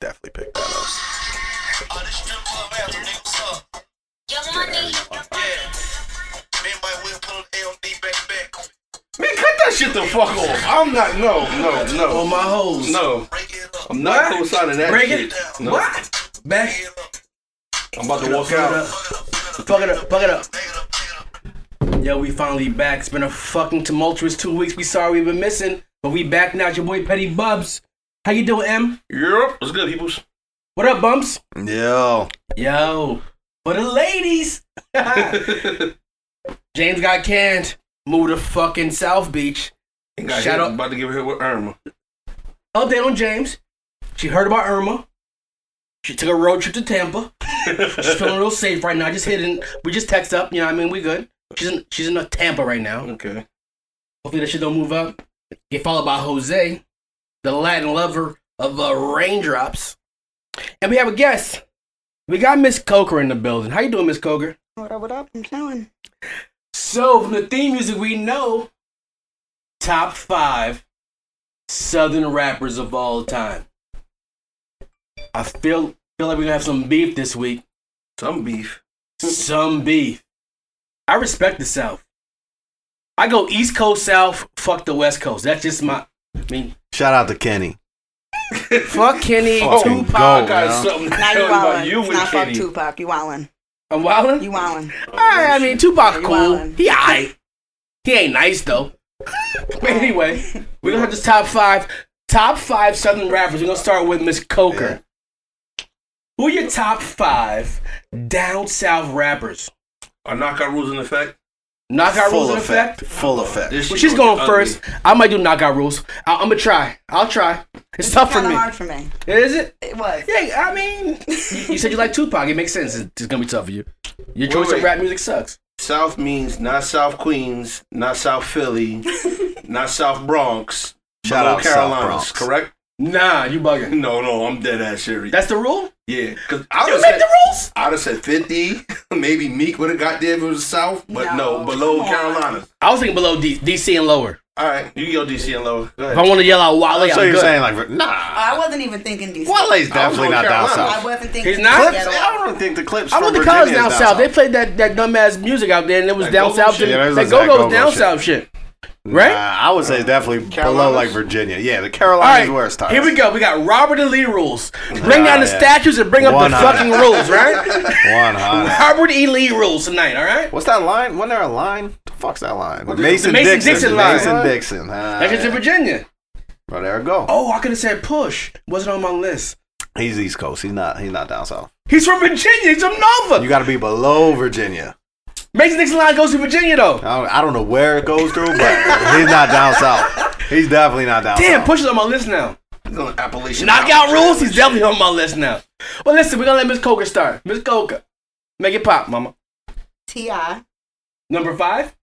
definitely pick that up. Oh, this strip club anthem, nigga, what's up? Young money. Yeah. Me and Mike Will put on A on D back to back. Man, cut that shit the fuck off. I'm not. No, no, On no, my hoes. no. Break it up. I'm not co-signing that Break shit. it. No. What? Back. Break it up. I'm about to walk out. Fuck it up. Fuck it up. Break it up. Break it up. Yo, we finally back. It's been a fucking tumultuous two weeks. We sorry we've been missing, but we back now. It's your boy Petty Bubs. How you doing, M? Europe, what's good, peoples? What up, Bumps? Yo, Yo, for the ladies. James got canned. Moved to fucking South Beach. Got Shout hit- out- About to give a hit with Irma. Update on James. She heard about Irma. She took a road trip to Tampa. She's feeling real safe right now. Just hitting. We just text up. You know what I mean? We good. She's in, she's in a Tampa right now. Okay. Hopefully that shit don't move up. Get followed by Jose, the Latin lover of uh, raindrops. And we have a guest. We got Miss Coker in the building. How you doing, Miss Coker? What up, what up? I'm chilling. So from the theme music, we know top five Southern rappers of all time. I feel feel like we're gonna have some beef this week. Some beef. Some beef. I respect the South. I go East Coast, South. Fuck the West Coast. That's just my. I mean, shout out to Kenny. fuck Kenny, Fucking Tupac. goat, I got man. something to Now tell you you about wildin'. you It's not and fuck Kenny. Tupac. You wildin'. I'm wildin'? You wildin'. Alright, I mean, Tupac Yeah, you cool. wildin'. He alright. He ain't nice though. but anyway, we're gonna have this top five, top five Southern rappers. We're gonna start with Miss Coker. Who are your top five down south rappers? Are knockout rules in effect? Knockout rules in effect. Full effect. This Well, shit she's gonna going get first. I might do knockout rules. I- I'm gonna try. I'll try. It's tough for Kinda me. hard for me. Is it? It was. Yeah, I mean, you you said you like Tupac. It makes sense. It's, it's gonna be tough for you. Your choice wait. of rap music sucks. South means not South Queens, not South Philly, not South Bronx, Shout below out South Carolinas, Bronx. correct? Nah, you bugging. No, no, I'm dead ass serious. That's the rule. yeah, because I You would make have the rules. said, fifty, maybe Meek would have got there if it was South, but no, No, below come on. Carolinas. I was thinking below D- DC and lower. All right, you go DC and lower. Go If ahead. I want to yell out Wale, I'm so you're good. saying like, nah, I wasn't even thinking DC. Wale's going definitely not down Carolina. I south. wasn't thinking He's not? DC Clips, at all. I don't think the clips. I went from to college Virginia down is south. They played that, that dumbass music out there, and it was That down go-go south shit? shit. Yeah, that was that that go go-go go's down shit. south shit. Right? Nah, I would say definitely below Carolinas? like Virginia. Yeah, the All Carolinas right, is where it starts. here we go. We got Robert E. Lee rules. Bring down the yeah. statues and bring up One the hundred. fucking rules, right? One hundred. Robert E. Lee rules tonight, all right? What's that line? Wasn't there a line? The fuck's that line? Mason, Mason Dixon line. Mason Dixon. Ah, That's just in yeah. Virginia. Well, there it go. Oh, I could have said push. Wasn't on my list. He's East Coast. He's not. He's not down south. He's from Virginia. He's from Nova. You got to be below Virginia. Mason Dixon line goes to Virginia, though. I don't, I don't know where it goes through, but he's not down south. He's definitely not down Damn, south. push is on my list now. He's on Appalachian Knockout Mountain. rules, he's definitely on my list now. Well, listen, we're gonna let Miss Coker start. Miss Coker, make it pop, mama. Ti. Number five?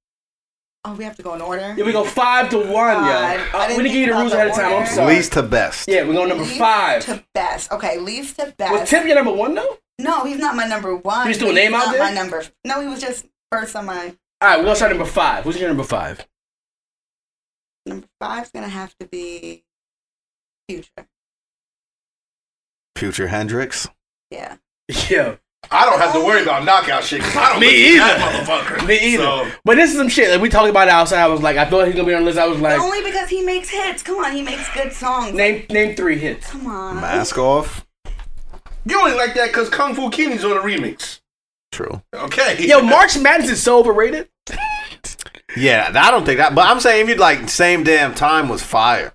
Oh, we have to go in order. Yeah, we go five to one, yo. Five. Uh, I didn't we didn't give you think the about rules the ahead of time, I'm order. sorry. Least to best. Yeah, we're going number Least five. To best. Okay, least to best. Was Tip your number one, though? no, he's not my number one. He was doing but he's name out not there? My number. No, he was just first on my All right, we're gonna start number five. Who's your number five? number five's gonna have to be Future. Future Hendrix. Yeah. Yeah, I don't have to worry about knockout shit. 'cause I don't Me listen to that either. motherfucker. me either. So, But this is some shit. Like, we talked about it outside. I was like, I thought he was gonna be on the list. I was like, Only because he makes hits. Come on, he makes good songs. name name three hits. Come on. Mask off. you only like that because Kung Fu Kenny's on a remix. True. Okay. Yo, March Madness is so overrated. Yeah, I don't think that. But I'm saying if you like same damn time was fire.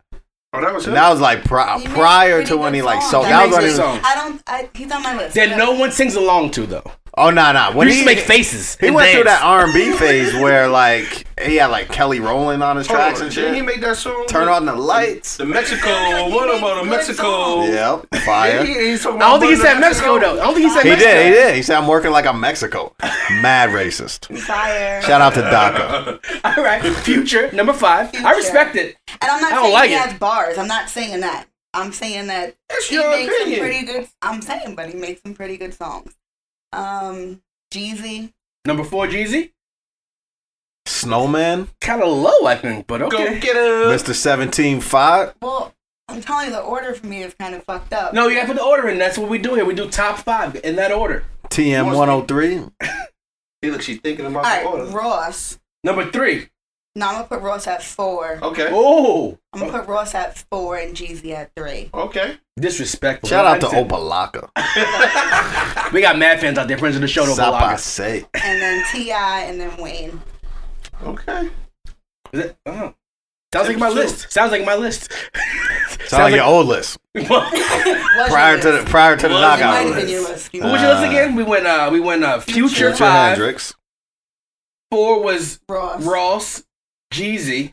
Oh, that was And that was like pri- He makes prior pretty to when good he like songs. so. He That was makes when he good was. songs. I don't. I, he's on my list. That no one sings along to though. Oh no no. When You used he to make faces. He and went through dance. that uh, R and B phase where like he had like Kelly Rowland on his Hold tracks on, and didn't Oh, He shit. made that song. Turn with on the lights. the Mexico. One of them, the Mexico. Yep. Yeah, Fire. he- he's talking I about don't think he Burning said Mexico though. I don't think he said He Mexico. did. He did. He said, "I'm working like I'm Mexico." Mad racist. Fire. Shout out to DACA. All right, Future number five. I Future. respect it. And I'm not I don't saying like he it. has bars. I'm not saying that. I'm saying that That's he your makes opinion. some pretty good. I'm saying, but he makes some pretty good songs. Um, Jeezy. Number four, Jeezy. Snowman, Kind of low, I think, but Go okay. get him. Mr. Seventeen Five. Well, I'm telling you, the order for me is kind of fucked up. No, you gotta put the order in. That's what we do here. We do top five in that order. TM one hundred three. Hey, look, she's thinking about the All right, order. Ross. Number three. No, I'm gonna put Ross at four. Okay. Oh, I'm gonna put Ross at four and Jeezy at three. Okay. disrespectful. Shout out to Mindset. Opalaka. We got mad fans out there, friends of the show. to Opalaka. Sapase. And then Ti and then Wayne. Okay. Is it- oh. Sounds like my list. Sounds like my list. Sounds like your old list Was prior your to the list? prior to the Was It might knockout have been your list. list. What was your list again? We went. uh We went. uh Future Future five. Hendrix. Four was Ross. Ross, Jeezy,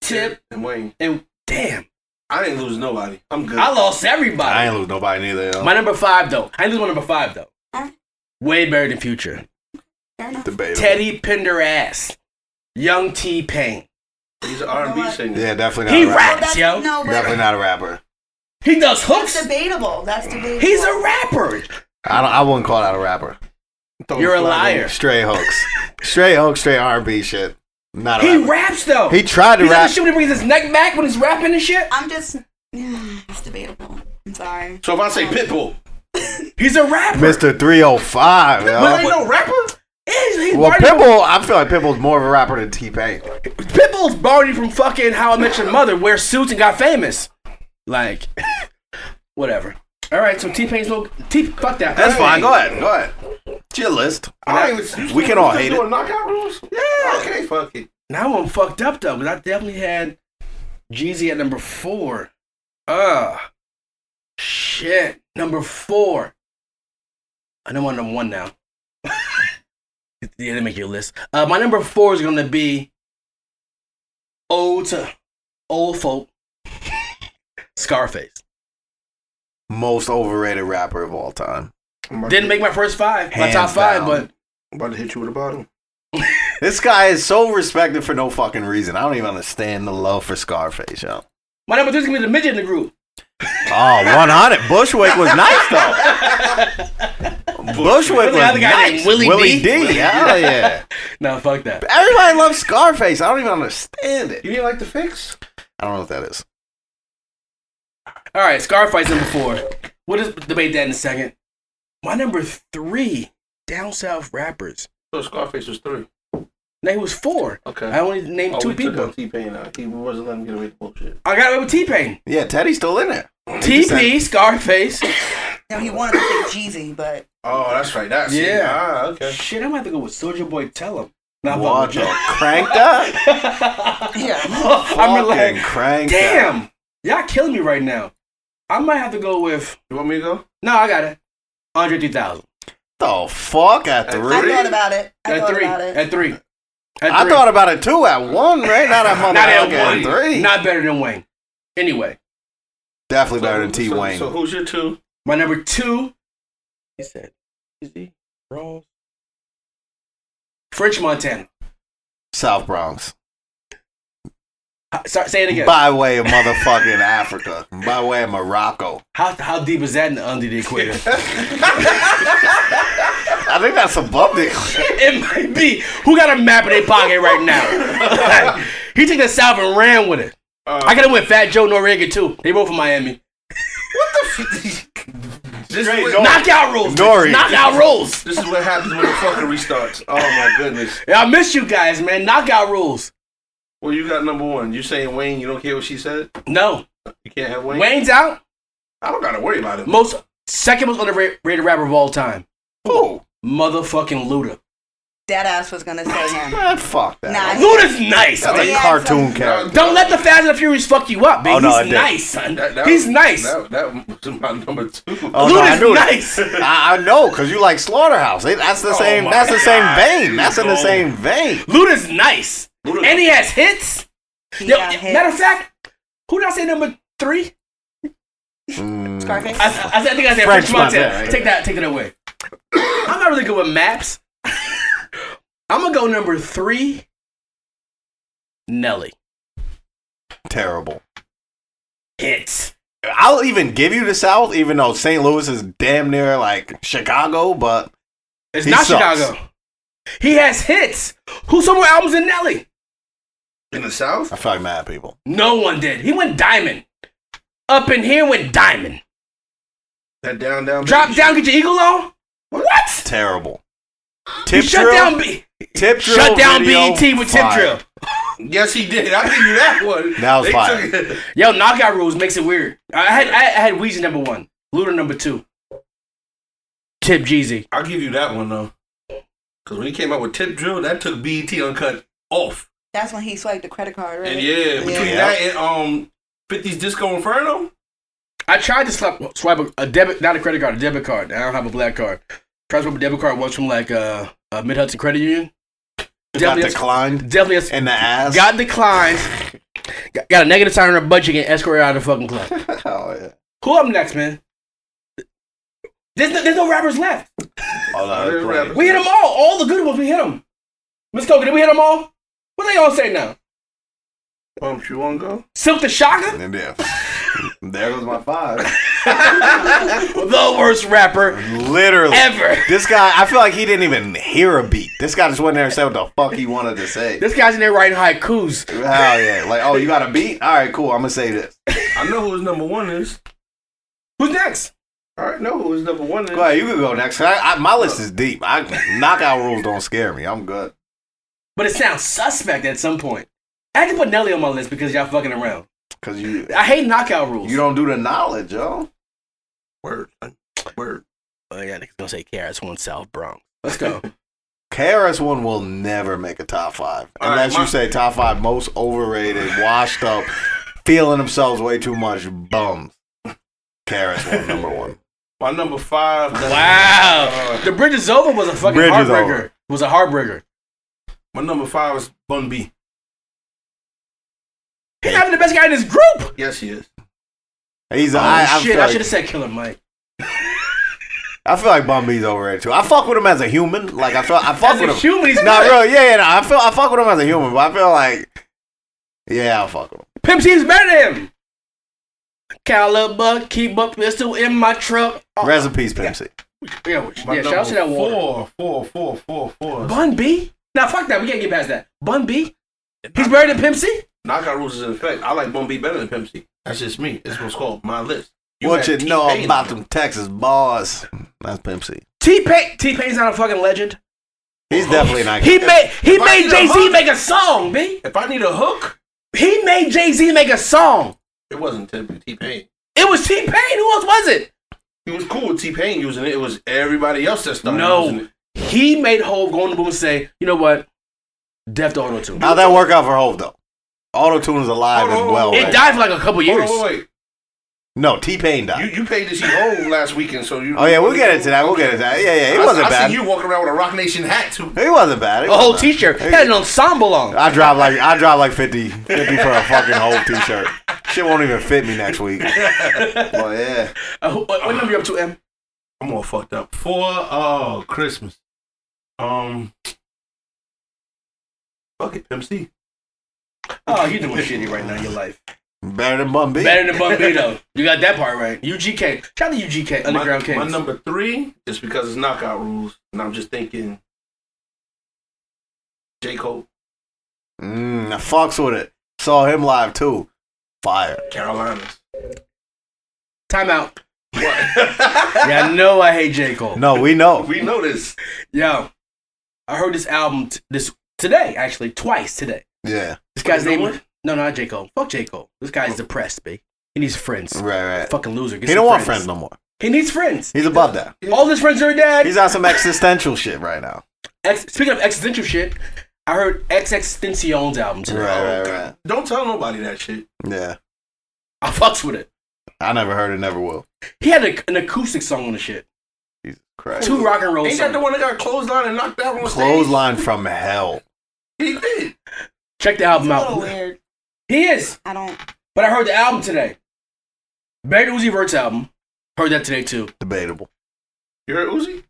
Tip, And Wayne. and damn, I didn't lose nobody. I'm good. I lost I everybody. ain't lose nobody neither. though. My number five though. I lose my number five though. Alright. Way better than Future. Fair enough. Debatable. Teddy Pendergrass, Young T Pain. He's an R&B know what? singer. Yeah, definitely not. He a rapper. rapped. That's, Yo. no, Definitely but not a rapper. He does that's hooks. debatable. That's debatable. He's a rapper. I don't, I wouldn't call that a rapper. Throw You're a flag on liar. Straight hooks. straight hooks. Straight R and B shit. Not a He rapper. raps though. he tried to He's rap. not the shit when he brings his neck back when he's rapping and shit. I'm just. Yeah, it's debatable. I'm sorry. So if I say Pitbull, He's a rapper. Mr. 305. yo. But ain't no rapper. He's, he's Well, Barney- Pitbull, I feel like Pitbull's more of a rapper than T Pain. Pitbull's Barney from fucking How I Met Your Mother, wear suits and got famous. Like, whatever. All right, so T Pain's little T. Fuck that. That's Hey. fine. Go ahead. Go ahead. It's your list. I ain't even, you We can all hate doing it. knockout rules? Yeah. Okay, fuck it. Now I'm fucked up though, because I definitely had Jeezy at number four. Uh shit. Number four. I know I'm number one now. yeah, didn't make your list. Uh my number four is gonna be Old to Old Folk Scarface. Most overrated rapper of all time. I'm about, Didn't make my first five, my Hands top five, down. but to, about to hit you with a bottle. This guy is so respected for no fucking reason. I don't even understand the love for Scarface, yo. my number three is gonna be the midget in the group. Oh, 100. Bushwick was nice, though. Bushwick What's the was other guy nice. named? Willie Willie D? Hell yeah. No, fuck that. Everybody loves Scarface. I don't even understand it. You didn't like the fix? I don't know what that is. All right, Scarface number four. We'll just debate that in a second. My number three, down south rappers. So Scarface was three. Now he was four. Okay. I only named Oh, two we took people. out T-Pain out. He wasn't letting me get away with bullshit. I got away with T Pain, Yeah, Teddy's still in there. TP, Scarface. No, he wanted to say Jeezy, but Oh, that's right. That's Yeah. It. Ah, okay. Shit, I'm gonna have to go with Soldier Boy. Tell him. Not What about the cranked up? yeah. I'm Fucking like, cranked up. damn, y'all killing me right now. I might have to go with. You want me to go? No, I got it. Andre 3000. The fuck at three? I I, thought about it. I At thought three. about it. At three. At three. thought about it too at one, right? Not at not at motherfucking one. three. Not better than Wayne. Anyway, Definitely better than T so, Wayne. So who's your two? My number two. He said, "Is he Ross?" French Montana. South Bronx. How, sorry, say it again. By way of motherfucking Africa. By way of Morocco. How how deep is that in the, under the equator? I think that's above the it might be. Who got a map in their pocket right now? Like, he took the south and ran with it. Uh, I got him with Fat Joe Noriega too. They both from Miami. This, Straight is going. what, Knockout rules. Nori. Knockout rules. this is what happens when the fucking restarts. Oh my goodness. Yeah, I miss you guys, man. Knockout rules. Well, you got number one. You saying Wayne? You don't care what she said? No, You can't have Wayne. Wayne's out. I don't gotta worry about him. Most second most underrated rapper of all time. Who? Motherfucking Luda. Deadass was gonna say him. Man, fuck that. Nah, Luda's nice. That's man. a Yeah, cartoon so- character. Don't let the Fast and the Furious fuck you up, man. Oh, no, I He's did. nice, son. That- that He's was- nice. Uh, That, that was my number two. Oh, no, I Luda's knew it. nice. I, I know, cause you like Slaughterhouse. They- That's the same. Oh my That's the God. same vein. That's in the No. same vein. Luda's nice. Luda- And he has hits. He Yo, got hit. matter of fact, who did I say number three? Mm, Scarface. I, I, I think I said French French Montana. Montana, right. Take that, take that away. I'm not really good with maps. I'm gonna go number three. Nelly Terrible. hits. I'll even give you the South, even though St. Louis is damn near like Chicago, but It's He not sucks. Chicago. He has hits. Who sold more albums than Nelly? in the South. I feel like mad people. No one did. He went diamond. Up in here with Diamond. That down down. Drop bitch. down, get your eagle on. What? Terrible. You Tip shut drill. down B. tip drill. Shut down video, BET with fire. Tip Drill. Yes, he did. I give you that one. That was They fire. took it. Yo, knockout rules makes it weird. I had I had Weezy number one, Luda number two, Tip Jeezy. I'll give you that one though. Cause when he came out with Tip Drill, that took BET Uncut off. That's when he swiped the credit card, right? And yeah, between Yeah. that and um 50s Disco Inferno, I tried to slap, swipe a, a debit, not a credit card, a debit card. I don't have a black card. Tried to swipe a debit card once from like uh, uh Mid Hudson Credit Union. Got Definitely, declined definitely has- in the ass. got declined. Got, got a negative sign on her budget and escorted out of the fucking club. oh, yeah. Who up next, man? There's no, there's no rappers left. Oh, no, that's right. We hit them all. All the good ones, we hit them. Miss Coca, did we hit them all? What they all say now? Pump, you wanna go? Silk the Shocker, And yeah. There goes my five. the worst rapper Literally. ever. This guy, I feel like he didn't even hear a beat. This guy just went there and said what the fuck he wanted to say. This guy's in there writing haikus. Oh yeah, like oh you got a beat? All right, cool. I'm gonna say this. I know who his number one is. Who's next? I already know who his number one is. Go ahead, you can go next. I, I, my list is deep. I knockout rules don't scare me. I'm good. But it sounds suspect at some point. I had to put Nelly on my list because y'all fucking around. Cause you I hate knockout rules. you don't do the knowledge, yo. Word. son. Word. Oh yeah, niggas gonna say KRS One South Bronx. Let's go. KRS One will never make a top five All right, unless my- you say top five most overrated, washed up, feeling themselves way too much bums. KRS One number one. My number five. Uh, wow. The Bridge is Over was a fucking Bridge is heartbreaker. Over. Was a heartbreaker. My number five is Bun B. He's having the best guy in his group. Yes, he is. He's Oh, I, I shit, feel I like- should have said Killer Mike. I feel like Bumby's overrated too. I fuck with him as a human. Like I feel I fuck As with a him. human, he's Nah, good. real, yeah, yeah. Nah, I feel I fuck with him as a human, but I feel like, yeah, I fuck with him. Pimp C is better than him. Caliber, keep a pistol in my truck. Oh, Rest in peace, Pimp C. yeah, My yeah, shout out to that number water. Four, four, four, four, four. Bun B? Nah, fuck that. We can't get past that. Bun B? He's better than Pimp C? Knockout rules is in effect. I like Bun B better than Pimp C. That's just me. It's what's called my list. what you had know T-Pain. about them Texas bars? That's Pimp C. T-Pain, T-Pain's not a fucking legend. He's definitely not. Oh, He made he If I made need a Jay Z hook- make a song, B. If I need a hook, He made Jay Z make a song. it wasn't T- T-Pain. It was T-Pain. Who else was it? He was cool with T-Pain using it. It was everybody else that started using No, it. he made Hove go on the boom and say, you know what? Death to Auto Tune. How'd that work out for Hove though? Auto Tune is alive Hold and on, well. hold Oh, It right now. died for like a couple years. Oh, Hold on, wait, No, T Pain died. wait. You, you paid this shit home last weekend, so you. oh yeah, we'll get into that. We'll get into that. Yeah, yeah. It wasn't I, I bad. see you walking around with a Rock Nation hat too. It wasn't bad. It A whole wasn't bad. T-shirt. He had an ensemble Uh, on. I drive like I drive like 50, 50 for a fucking whole T-shirt. Shit won't even fit me next week. Well, yeah. Uh, who- what what number you up to, M? I'm all fucked up. For oh Christmas. Um Fuck it, MC. Oh, you're doing shitty right now in your life. Better than Bum B. Better than Bun B, though. You got that part right. UGK. Shout out to UGK, My, Underground Kings. my number three is because it's knockout rules. And I'm just thinking J. Cole, Mm, I fucks with it. Saw him live too. Fire. Carolinas. Time out. yeah, I know I hate J. Cole. No, we know. We know this. Yo, I heard this album t- this today, actually, twice today. Yeah. This guy's you know name. what? No, not J. Cole. Fuck J. Cole. This guy's depressed, B. He needs friends. Right, right. Fucking loser. Get He some don't want friends no more. He needs friends. He's above that. All his friends are dead. He's on some existential shit right now. Ex- speaking of existential shit, I heard XXXTentacion's album today. Right, right, right. Don't tell nobody that shit. Yeah. I fucks with it. I never heard it, never will. He had a, an acoustic song on the shit. Jesus Christ. Two rock and roll Ain't that the songs. one that got clothesline and knocked out on stage? Clothesline from hell. He did. Check the It's album a little out. weird. He is. I don't. But I heard the album today. Barry Uzi Vert's album. Heard that today too. Debatable. You heard Uzi?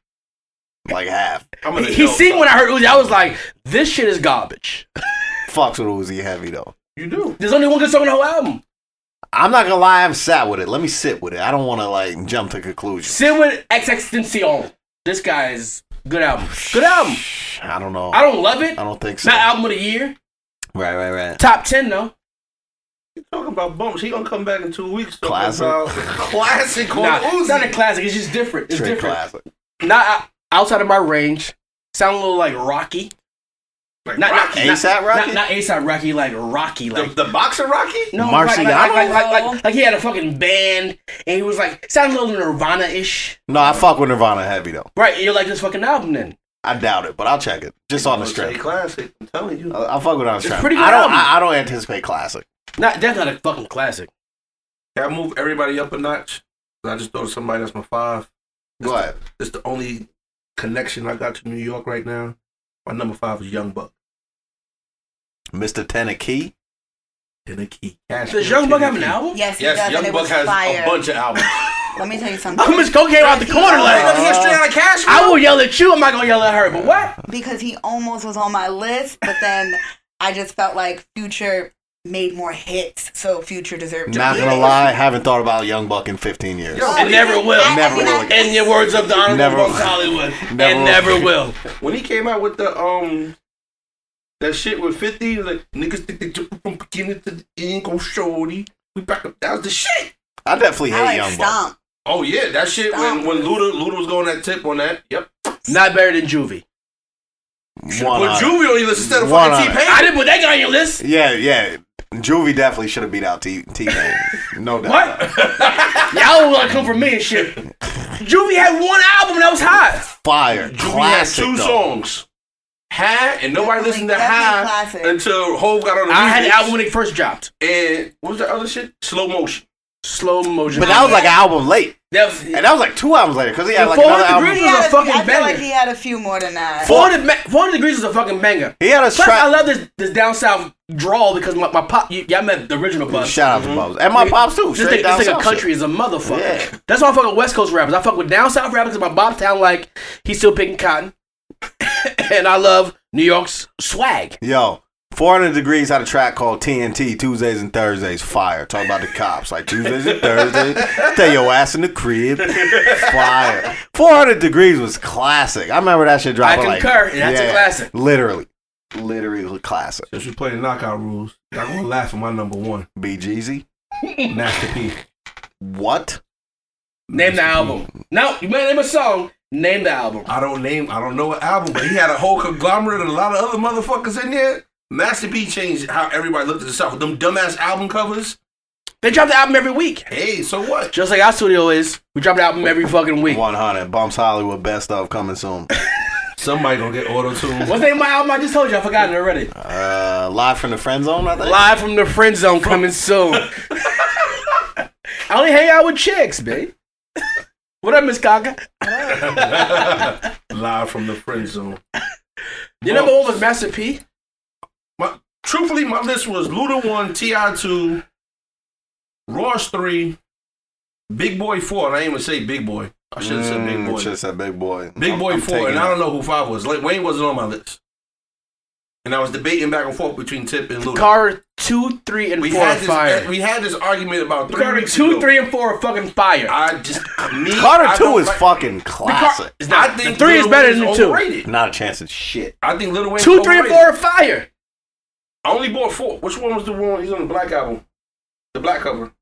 Like half. I'm He, he seen when I heard Uzi. I was like, this shit is garbage. Fucks with Uzi heavy though. You do. There's only one good song on the whole album. I'm not gonna lie, I've sat with it. Let me sit with it. I don't wanna like jump to conclusions. Sit with XXXTentacion. This guy is good album. Good album. I don't know. I don't love it. I don't think so. Not album of the year. Right, right, right. Top ten though. You talking about bumps? He gonna come back in two weeks. talking Classic. about- classic. Nah, Lil it's Uzi. not a classic. It's just different. It's Straight different. classic. Not out- outside of my range. Sound a little like Rocky. Like, Not Rocky. A$AP not, not- Rocky? Not, not ASAP Rocky. Like Rocky. Like the, the boxer Rocky. no, like, Marciano? like, like, like, like, like- like he had a fucking band and he was like sounded a little Nirvana ish. No, I fuck with Nirvana heavy though. Right? You're like this fucking album then. I doubt it, but I'll check it just on the Straight strip. classic. I'm telling you. I I fuck with it on the strip. pretty good I don't. album. I, I don't anticipate classic. Not that's not a fucking classic. Can I move everybody up a notch? 'Cause I just thought of somebody that's my five. Go ahead. It's the only connection I got to New York right now. My number five is Young Buck. Mr. Tenna Key. Tennessee Cash. Does Young Buck have an album? Yes, he Yes, does. and Young it Buck was has fire. a bunch of albums. Let me tell you something. I'm just cocaine out the corner like. Uh, out of Cash. I will yell at you. I'm not gonna yell at her. But what? because he almost was on my list, but then I just felt like Future made more hits, so Future deserved to Not be gonna there. Oh, lie, haven't thought about Young Buck in 15 years. Yo, It never will. Never will again. In the words of the honorable Never- Buck Hollywood, Never it will. never will. when he came out with the um that shit with 50, he was like niggas think they jump from beginning to the end, go shorty. We back up. That was the shit. I definitely hate I like Young Buck. Stomp. Oh yeah, that shit when when Luda Luda was going that tip on that. Yep. Not better than Juvie. One Put on it. Juvie on your list instead of One fucking on T it. Pain. I didn't put that guy on your list. Yeah, yeah. Juvie definitely should have beat out T T Pain. No doubt. What? Y'all want to come for me and shit. Juvie had one album that was hot. Fire. Juvie had Classic. two though. songs. High and nobody Definitely- listened to definitely High classic. until Hove got on the I had remix. the album when it first dropped. and what was the other shit? Slow motion. Slow motion. But that was like an album late. That was- And that was like two albums later because he had The like another 400 album. This was He a had a few- fucking I feel like banger. he had a few more than that. 400, ma- 400 degrees is a fucking banger. He had a Plus, I track. love this this down south drawl because my, my pop. y- Y'all met the original bus. Shout out to Bubs. And my pops too. This Straight thing, this down thing a south country shit. is a motherfucker. Yeah. That's why I fuck with West Coast rappers. I fuck with down south rappers because my Bob Town like he's still picking cotton, and I love New York's swag. Yo, 400 Degrees had a track called TNT, Tuesdays and Thursdays, fire. Talk about the cops. Like Tuesdays and Thursdays, stay your ass in the crib, fire. 400 Degrees was classic. I remember that shit dropping like- concur. That's a classic. Literally. Literally classic. Since we playing knockout rules, y'all gonna laugh at my number one, BGZ. Master P. What? Name the album. No, you may name a song. Name the album. I don't name, I don't know what album, but he had a whole conglomerate and a lot of other motherfuckers in there. Master P changed how everybody looked at the South with them dumbass album covers. They drop the album every week, Hey, so what? just like our studio is. We drop the album every fucking week. 100. Bumps Hollywood best of coming soon. Somebody gonna get auto tuned. What's the name of my album? I just told you. I forgot it already. Uh, live from the friend zone, I think. Live from the friend zone coming soon. I only hang out with chicks, babe. What up, Miss Gaga? Live from the friend zone. Your number one was Master P. My, truthfully, my list was Luda one, Ti two, Ross three, Big Boy four, and I didn't even say Big Boy. I should have said Big Boy. Should have said Mm, Big Boy. Big I'm- Boy I'm four, taking and I it. don't know who five was. Like Wayne wasn't on my list, and I was debating back and forth between Tip and Luda. Car two, three, and we four are had this. fire. We had this argument about three Carter weeks two, ago. Ah, three, and four are fucking fire. I just me. I Carter don't 2 is like- fucking The car- classic. it's I not. The think three is Lil better Wayne's than the two. overrated. Not a chance in shit. I think Little Wayne. Two, three, and four are fire. I only bought four. Which one was the one? He's on the black album, the black cover.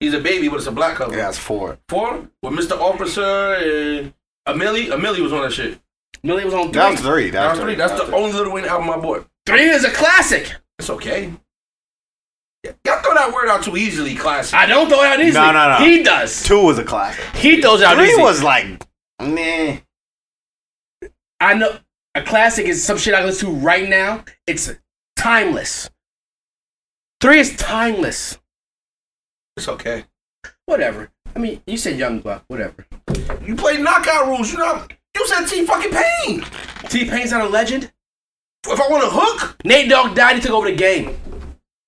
He's a baby, but it's a black cover. Yeah, it's four. Four with Mr. Officer and Amelie. Amelie was on that shit. Millie was on That was three. three. That was three. That's the only Little Wayne album I bought. Three is a classic. It's okay. Yeah. Y'all throw that word out too easily, classic. I don't throw it out easily. No, no, no. He does. Two was a classic. He throws it out Three easily. was like, nah. I know a classic is some shit I can listen to right now. It's timeless. Three is timeless. It's okay. Whatever. I mean, you said Young Buck. Whatever. You play knockout rules. You know. You said T fucking Pain. T Pain's not a legend. If I want a hook, Nate Dogg died. He took over the game.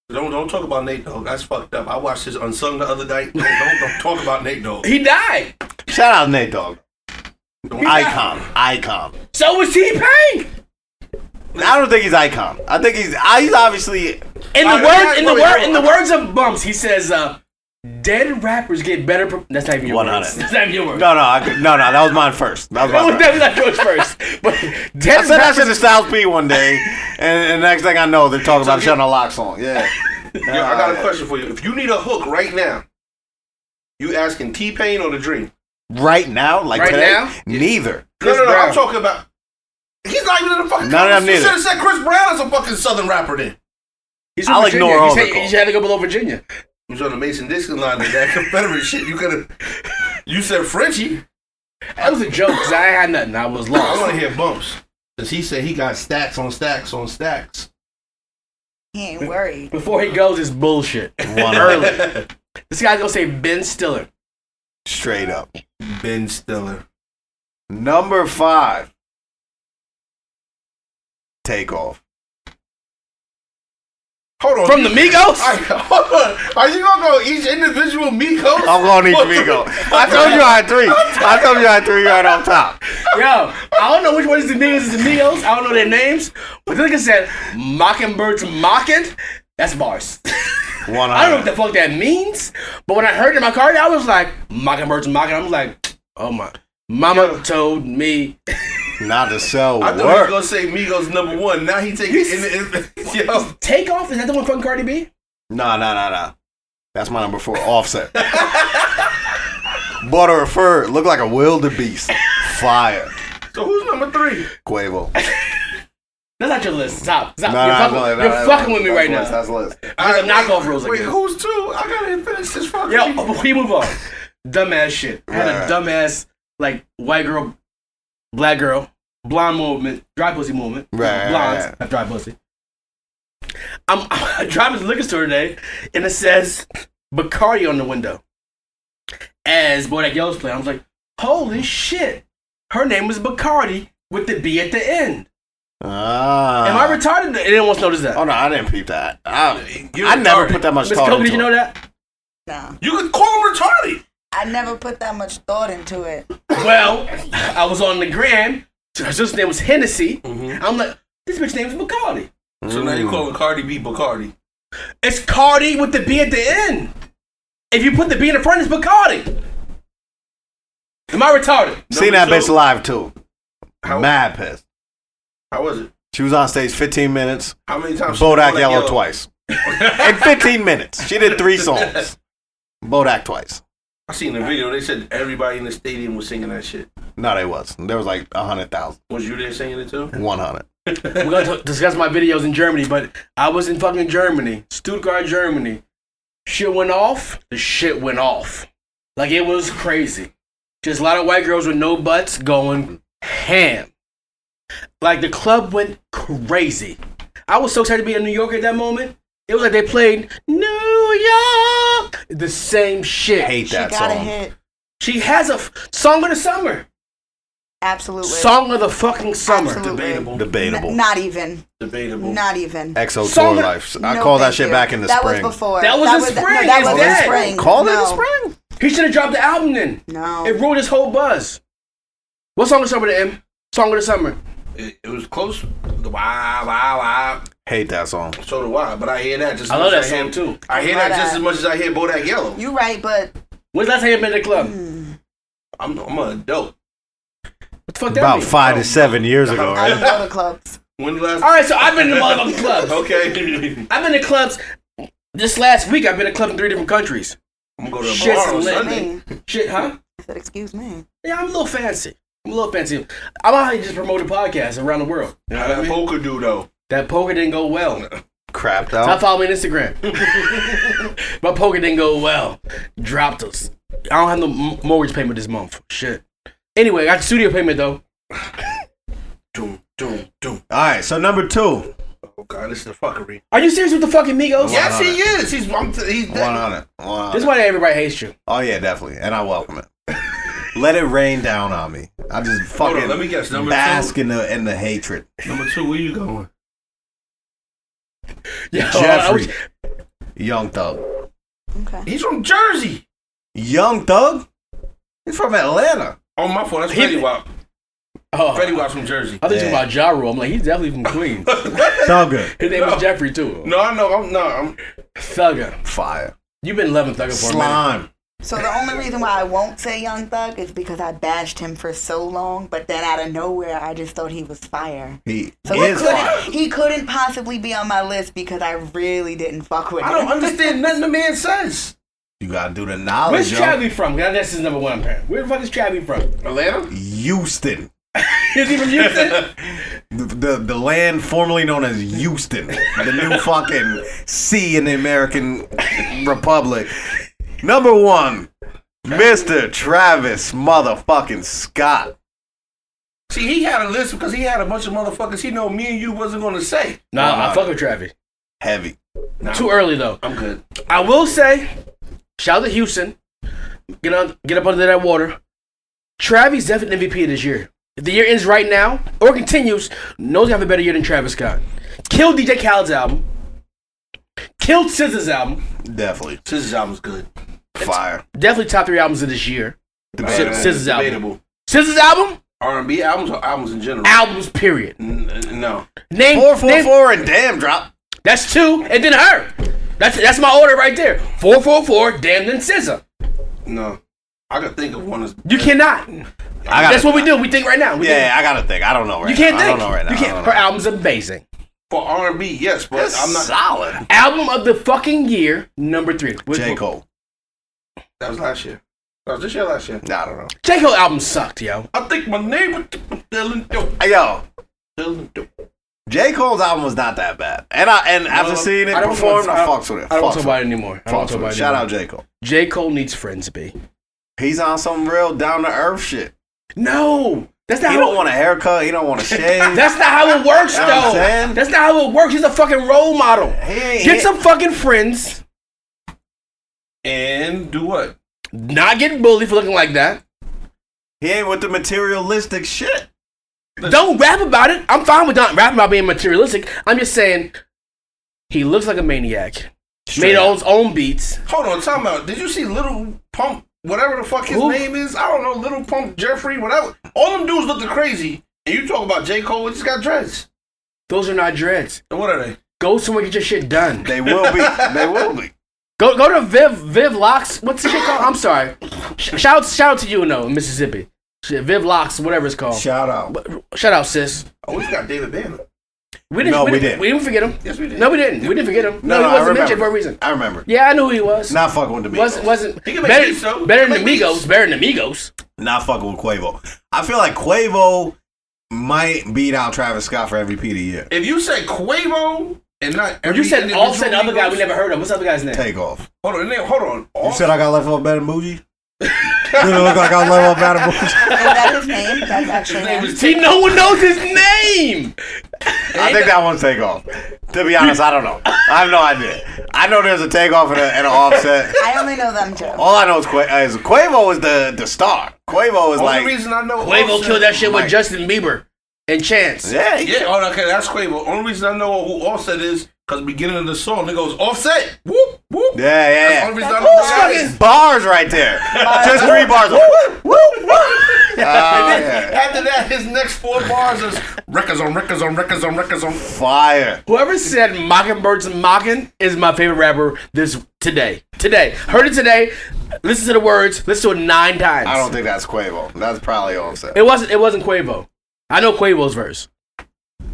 Don't don't talk about Nate Dogg. That's fucked up. I watched his Unsung the other night. Don't, don't, don't talk about Nate Dogg. He died. Shout out Nate Dogg. Don't- Icon. Icon. So was T Pain. I don't think he's icon. I think he's I- he's obviously In the I- words, I- in the wait, word, wait, in the wait. words of Bumps, he says, uh, "Dead rappers get better." Pro- That's not even your 100. words. That's not even your words. no no I, could- no no that was mine first. That was That was mine first. definitely not yours first. But I dead said that rappers. shit to Styles P one day, and, and next thing I know, they're talking about shutting a lock song. Yeah, Yo, I got a question for you. If you need a hook right now, you asking T Pain or the Dream? Right now, like Right today, now? neither. No, Chris no, no. Brown. I'm talking about. He's not even in the fucking. None of them You neither. should have said Chris Brown is a fucking Southern rapper. Then He's from I'll Virginia. ignore You all said- the call. You just had to go below Virginia. he was on the Mason Dixon line. That that Confederate shit. You could have. You said Frenchie. That was a joke because I had nothing. I was I want to lost. hear bumps because he said he got stacks on stacks on stacks. He ain't worried. Before he goes, it's bullshit. One Early. early, This guy's gonna say Ben Stiller. straight up. Ben Stiller. Number five, takeoff. Hold on. From the Migos? All right, hold on. Are you gonna go each individual Migos? I'm going to need Migo. I told you I had three. I told you I had three right off top. Yo, I don't know which one is the niggas is the Migos. I don't know their names. But the nigga said Mockingbirds Mocking. That's bars. One I don't know hundred. what the fuck that means. But when I heard it in my car, I was like, Mockingbirds Mocking. I was like, oh my. Mama told me. Not a sell I thought he was work. gonna say Migos number one. Now he taking it. in- in- Yo, Take off? Is that the one from Cardi B? No, no, no, no. That's my number four. Offset. Butter or fur. Look like a wildebeest. Fire. so who's number three? Quavo. That's not your list. Stop. Stop. No, you're no, fucking, no, no, no, you're fucking no. with me That's right list, now. That's list. There's a Alright, knockoff rules Wait, again. who's two? I gotta finish this fucking. Yo, before you move on, dumbass shit. I had Right, right. a dumbass like white girl, black girl, blonde movement, dry pussy movement. Right, right, Blondes, right. not dry pussy. I'm, I'm driving to the liquor store today, and it says Bacardi on the window. As boy, that girl's playing. I was like, holy shit! Her name was Bacardi with the B at the end. Ah. Am I retarded? And anyone wants to notice that? Oh no, I didn't peep that. I, You're I never retarded. put that much Miss thought Coco, into did you know it. that? No, you could call him retarded. I never put that much thought into it. Well, I was on the gram. So her sister's name was Hennessy. I'm like, this bitch name is Bacardi. So now you Mm. calling Cardi B Bacardi. It's Cardi with the B at the end. If you put the B in the front, it's Bacardi. Am I retarded? Seen that Number bitch two. live too. How- Mad pissed. How was it? She was on stage 15 minutes. How many times? she Bodak called that Yellow, twice. In 15 minutes, she did three songs. Bodak twice. I seen the video. They said everybody in the stadium was singing that shit. No, they was. There was like 100,000. Was you there singing it too? 100. We're gonna t- discuss my videos in Germany, but I was in fucking Germany, Stuttgart, Germany. Shit went off. The shit went off. Like it was crazy. Just a lot of white girls with no butts going ham. Like the club went crazy. I was so excited to be in New York at that moment. It was like they played New York, the same shit. Hate She that got a song. hit. She has a f- song of the summer. Absolutely. Song of the fucking summer. Absolutely. Debatable. Debatable. N- not even. Debatable. Not even. EXO Song- Tour Life. I No, call that thank shit you. back in the that spring. was before. That was in spring. no, that It's was in dead. spring. Called it no. in spring. He should have dropped the album then. No. It ruined his whole buzz. What song of the summer to M? Song of the summer. It, it was close. Wow, wow, wow. Hate that song. So do I. But I hear that just. I as love much that as I song, hear- too. I hear I love that just that. as much as I hear Bodak Yellow. you right, but When's the last time you been to the club? I'm, I'm an adult. What the fuck that About mean? five to seven years ago, I don't right? know the clubs. When the last? All right, so I've been to motherfucking clubs. Okay. I've been to clubs. This last week, I've been to clubs in three different countries. I'm gonna go to a Shit's bar on lit. Sunday. Me. Shit, huh? I said, excuse me. Yeah, I'm a little fancy. I'm a little fancy. I'm out here just promoting podcasts around the world. You know How what I that mean? poker do though? that poker didn't go well. Crapped Stop out. following me on Instagram. My poker didn't go well. Dropped us. I don't have no m- mortgage payment this month. Shit. Anyway, I got studio payment though. Doom, doom, doom. All right, so number two. Oh god, this is a fuckery. Are you serious with the fucking Migos? Yes, he is. He's I'm, he's 100. 100. This is why everybody hates you. Oh yeah, definitely, and I welcome it. Let it rain down on me. I just Hold fucking on, let me guess. Number bask in the in the hatred. two. Number two. Where you going? Yo, I- I Jeffrey, was- Young Thug, Okay. He's from Jersey. Young Thug. He's from Atlanta. Oh my fault. That's He- Freddie Wap. oh, Freddie Wap's from Jersey. I was thinking about Ja Rule. I'm like, he's definitely from Queens. Thugger, His name No. was Jeffrey too. No, I know. I'm no. I'm Thugger. fire, You've been loving Thugger for a minute. slime. So the only reason why I won't say Young Thug is because I bashed him for so long, but then out of nowhere, I just thought he was fire. He So he is couldn't, fire. he couldn't possibly be on my list because I really didn't fuck with I him. don't understand nothing the man says. You gotta do the knowledge, Where's yo. Chavy from? I guess is number one. Apparently. Where the fuck is Chavy from? Atlanta? Houston. Is he from Houston? The, the the land formerly known as Houston, the new fucking C in the American Republic. Number one, Mr. Travis motherfucking Scott. See, he had a list because he had a bunch of motherfuckers he know me and you wasn't gonna say. nah, I fuck with Travis. Heavy. Too early though. I'm good. I will say, shout out to Houston. Get on, get up under that water. Travis definitely MVP of this year. If the year ends right now or continues, no one's gonna have a better year than Travis Scott. Killed DJ Khaled's album. Killed SZA's album. Definitely. Scissors album's good. Fire. Definitely top three albums of this year. Debatable. Sci- Scissor's album. Debatable. SZA's album, R&B albums or albums in general? albums. Period. N- n- no. Name, Four, four, name- four, and damn drop. That's two, and then her. That's that's my order right there. Four, four, four. Damn, then SZA. No. I could think of one as You cannot. I gotta, That's what we do. We think right now. We think. Yeah, I gotta think. I don't know right You can't now. think. I don't know right now. You I can't. don't Her know. album's amazing. for R&B, yes, but That's I'm not. solid. Album of the fucking year, number three. Which- J. Cole. That was last year. That was this year, or last year. I don't know. J. Cole album sucked, yo. I think my neighbor Dylan Dope. Hey, Yo, Dylan Dope. J. Cole's album was not that bad. And I and after seeing it I don't performed, want- I I- fucks with it. I don't Fucks talk with about it. it anymore. I don't Fucks with talk about it. it Shout anymore. out J. Cole. J. Cole needs friends, B. He's on some real down to earth shit. No, that's not He how. don't it- want a haircut. He don't want to shave. that's not how it works, You know what I'm though. saying? That's not how it works. He's a fucking role model. He ain't- Get he- some fucking friends. And do what? Not get bullied for looking like that. He ain't with the materialistic shit. Don't rap about it. I'm fine with not rapping about being materialistic. I'm just saying he looks like a maniac. Made all his own beats. Hold on, time out. Did you see Little Pump, whatever the fuck his Who? name is? I don't know, Little Pump, Jeffrey, whatever. All them dudes looked crazy. And you talk about J. Cole, he just got dreads. Those are not dreads. And what are they? Go somewhere, get your shit done. They will be. They will be. Go go to Viv Viv Locks. What's the shit called? I'm sorry. Sh- Shout shout out to you, no Mississippi. Shit, Viv Locks, whatever it's called. Shout out. Shout out, sis. Oh, we just got David Banner. We didn't. No, we we didn't. didn't. We didn't forget him. Yes, we did. No, we didn't. We didn't forget No, him. No, no, I he wasn't remember. mentioned for a reason. I remember. Yeah, I knew who he was. Not fucking with Domingos. wasn't wasn't He can make better, beats, though. better He than can make Migos. beats. Better than Migos. Not fucking with Quavo. I feel like Quavo might beat out Travis Scott for MVP of the year. If you said Quavo and not every You said individual Offset, the other guy we Migos- never heard of. What's the other guy's name? Take off. Hold on, name- hold on. You Offset- said I got left off better than Bougie? Did it look like I left off better than Bougie? Is that his name? That's actually his name him. is See, no one knows his name. I think that one's takeoff. To be honest, I don't know. I have no idea. I know there's a takeoff and, a, and an offset. I only know them two. All I know is, Qua- uh, is Quavo is the, the star. Quavo is Only like, reason I know Quavo Offset- killed that shit with Mike. Justin Bieber and Chance. yeah, he- Yeah, oh, okay, that's Quavo. Only reason I know who Offset is because beginning of the song, it goes Offset. Whoop whoop. yeah, yeah. yeah. Only reason I know Who's who that is. fucking bars right there? Just three bars. Woo, woo, woo. Oh, yeah. After that, his next four bars is records on records on records on records on. Fire. Whoever said Mockingbird's Mocking is my favorite rapper this today. Today. Heard it today. Listen to the words. Listen to it nine times. I don't think that's Quavo. That's probably Offset. it wasn't it wasn't Quavo. I know Quavo's verse.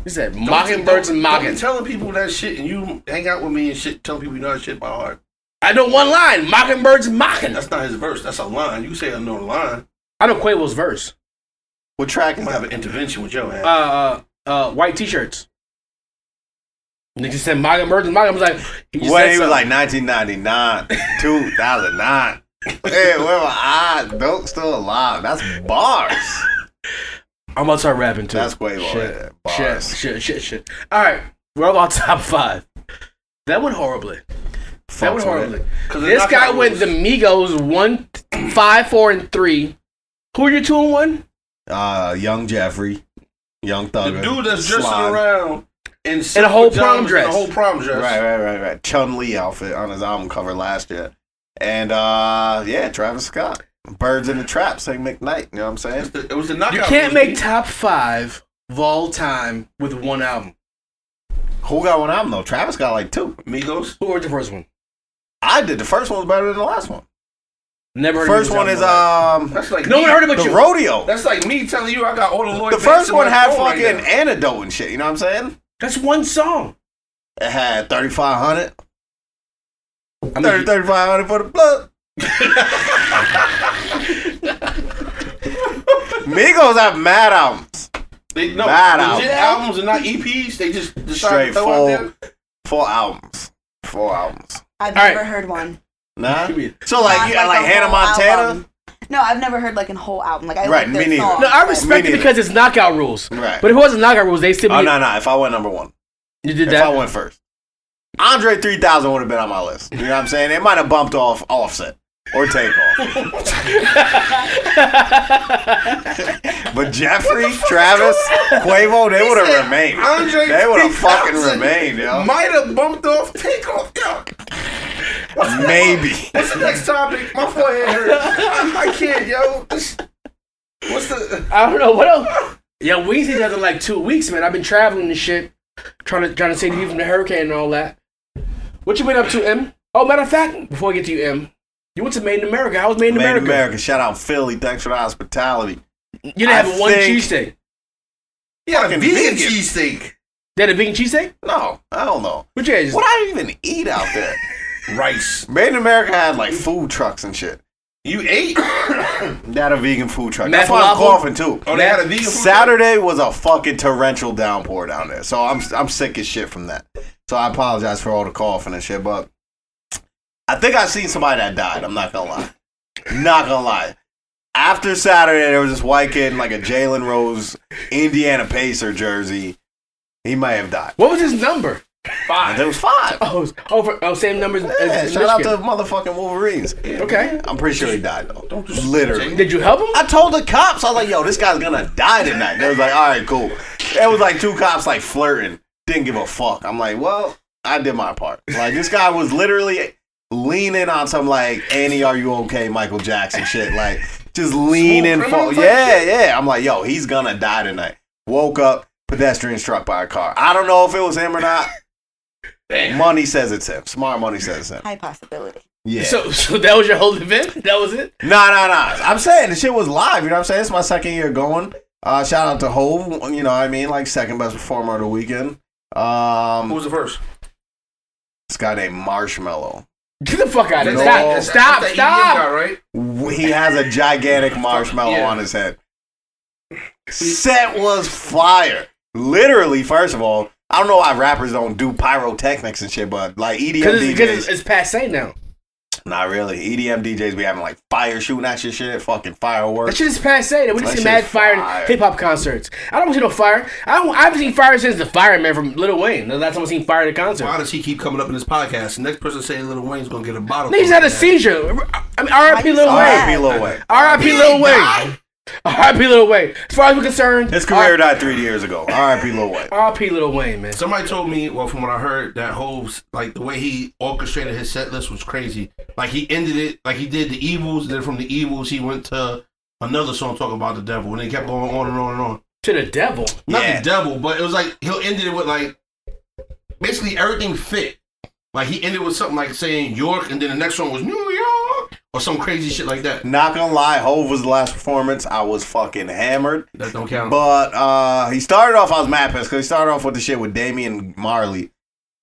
He said Mockingbird's Don't be Mocking. Telling people that shit and you hang out with me and shit, telling people you know that shit by heart. I know one line. Mockingbird's Mocking. That's not his verse. That's a line. You say another line. I know Quavo's verse. What track I'm is gonna have that? an intervention with your ass. Uh uh, uh white t-shirts. Nigga said Mockingbird's Mocking. I was like, he just When said he was something. like 1999, 2009. Hey, where my eyes? Dope still alive. That's bars. I'm about to start rapping too. That's Quavo. Shit. Shit. Shit, Bars. shit, shit, shit. All right, we're about top five. That went horribly. that Fucks went with horribly. it. Cause the This guy knockout went was- the Migos one, five, four, and three. Who are your two and one? Uh, young Jeffrey. Young Thugger. the dude that's dressing Slime. around in, In a whole prom pajamas, dress. In a whole prom dress. Right, right, right, right. Chun Li outfit on his album cover last year. And uh yeah, Travis Scott. Birds in the Trap, Sing McKnight. You know what I'm saying? It was the knockout. You can't was- make top five of all time with one album. Who got one album though? Travis got like two. Migos. Who was the first one? I did. The first one was better than the last one. Never heard First you one talk is about um That's like that. No me- one heard about the you. rodeo. That's like me telling you I got all the Lloyd. The Banks first in one my had phone right fucking now. antidote and shit. You know what I'm saying? That's one song. It had 3,500. I mean, 30, 3,500 for the blood. Migos have mad albums. They, no, Mad legit album. albums are not EPs. They just decided to Straight throw out there. four, four albums. Four albums. I've All right. never heard one. Nah. Give me- So like Not you got like a Hannah whole Montana. album. No, I've never heard like a whole album. Like I Right, like their me neither. songs, no, I but- respect Me it neither. because it's knockout rules. Right. But if it wasn't knockout rules, they still oh be. no no! If I went number one, You did if that. I went first, Andre 3000 would have been on my list. You know what I'm saying? It might have bumped off Offset or Takeoff, but Jeffrey, Travis, Quavo, they would have remained. Andre They would have 3000 fucking remained, yo. Might have bumped off takeoff. Yo, Maybe. what's the next topic? My forehead hurts. I, I can't, yo. This- What's the? I don't know what else. Yeah, Weezy does it like two weeks, man. I've been traveling and shit, trying to trying to save you from the hurricane and all that. What you been up to, M? Oh, matter of fact, before I get to you, M, you went to Made in America. How was Made in Made in America? America. Shout out Philly. Thanks for the hospitality. You didn't have I one think- cheesesteak. Yeah, Fucking a vegan vegan. cheesesteak. They had a vegan cheesesteak? No, I don't know. What you had? What I even eat out there? Rice. Made in America had like food trucks and shit. You ate? oh, They had a vegan food truck. Matt That's why I'm Waffle? Oh, coughing too. they had a vegan. food Saturday was a fucking torrential downpour down there, so I'm I'm sick as shit from that. So I apologize for all the coughing and shit, but I think I seen somebody that died. I'm not gonna lie, not gonna lie. After Saturday, there was this white kid in like a Jalen Rose Indiana Pacer jersey. He might have died. What was his number? And there was five. Oh, it was- oh, for, oh same numbers as Yeah, as shout out to Michigan. motherfucking Wolverines. Okay. I'm pretty sure he died though. Don't just- Literally. Did you help him? I told the cops, I was like, yo, this guy's gonna die tonight. They was like, all right, cool. It was like two cops like flirting, didn't give a fuck. I'm like, well, I did my part. Like this guy was literally leaning on some like Annie, are you okay, Michael Jackson shit. Like just leaning criminal for type yeah, yeah. I'm like, yo, he's gonna die tonight. Woke up, pedestrian struck by a car. I don't know if it was him or not. Damn. Money says it's him. Smart money says it's him. High possibility. Yeah. So, so that was your whole event? That was it? Nah, nah, nah. I'm saying the shit was live. You know what I'm saying? It's my second year going. Uh, shout out to Hove. You know what I mean? Like second best performer of the weekend. Who Um, was the first? this guy named Marshmallow. Get the fuck out of No. here. Stop, stop, That's the EDM E guy, stop. right? W- He has a gigantic marshmallow Yeah. on his head. Set was fire. Literally, first of all, I don't know why rappers don't do pyrotechnics and shit, but like E EDM Because DJs, it's, 'cause it's, it's passe now. not really. E EDM DJs be having like fire shooting at your shit, fucking fireworks. That shit is passe. We just That see shit mad is fire fire. in hip hop concerts. I don't see no fire. I don't, I haven't seen fire since the fireman from Lil Wayne. The last time I seen fire at a concert. Why does he keep coming up in this podcast? The next person saying Little Wayne's gonna get a bottle. Niggas had a seizure. I mean, R.I.P. Lil Why R.I.P. Wayne. you so Lil Wayne. R.I.P. Lil Wayne. R.I.P. Lil Wayne. As far as we're concerned, His career died three years ago. R.I.P. Lil Wayne. R.I.P. Lil Wayne, man. Somebody told me, well, from what I heard, that Hove's like the way he orchestrated his set list was crazy. Like he ended it, like he did the evils, then from the evils he went to another song talking about the devil, and they kept going on and on and on. To the devil. Not Yeah. the devil, but it was like he'll end it with like basically everything fit. Like he ended with something like saying York, and then the next one was New York or some crazy shit like that. Not gonna lie, Hove was the last performance. I was fucking hammered. That don't count. But uh he started off, I was mad pissed because he started off with the shit with Damian Marley.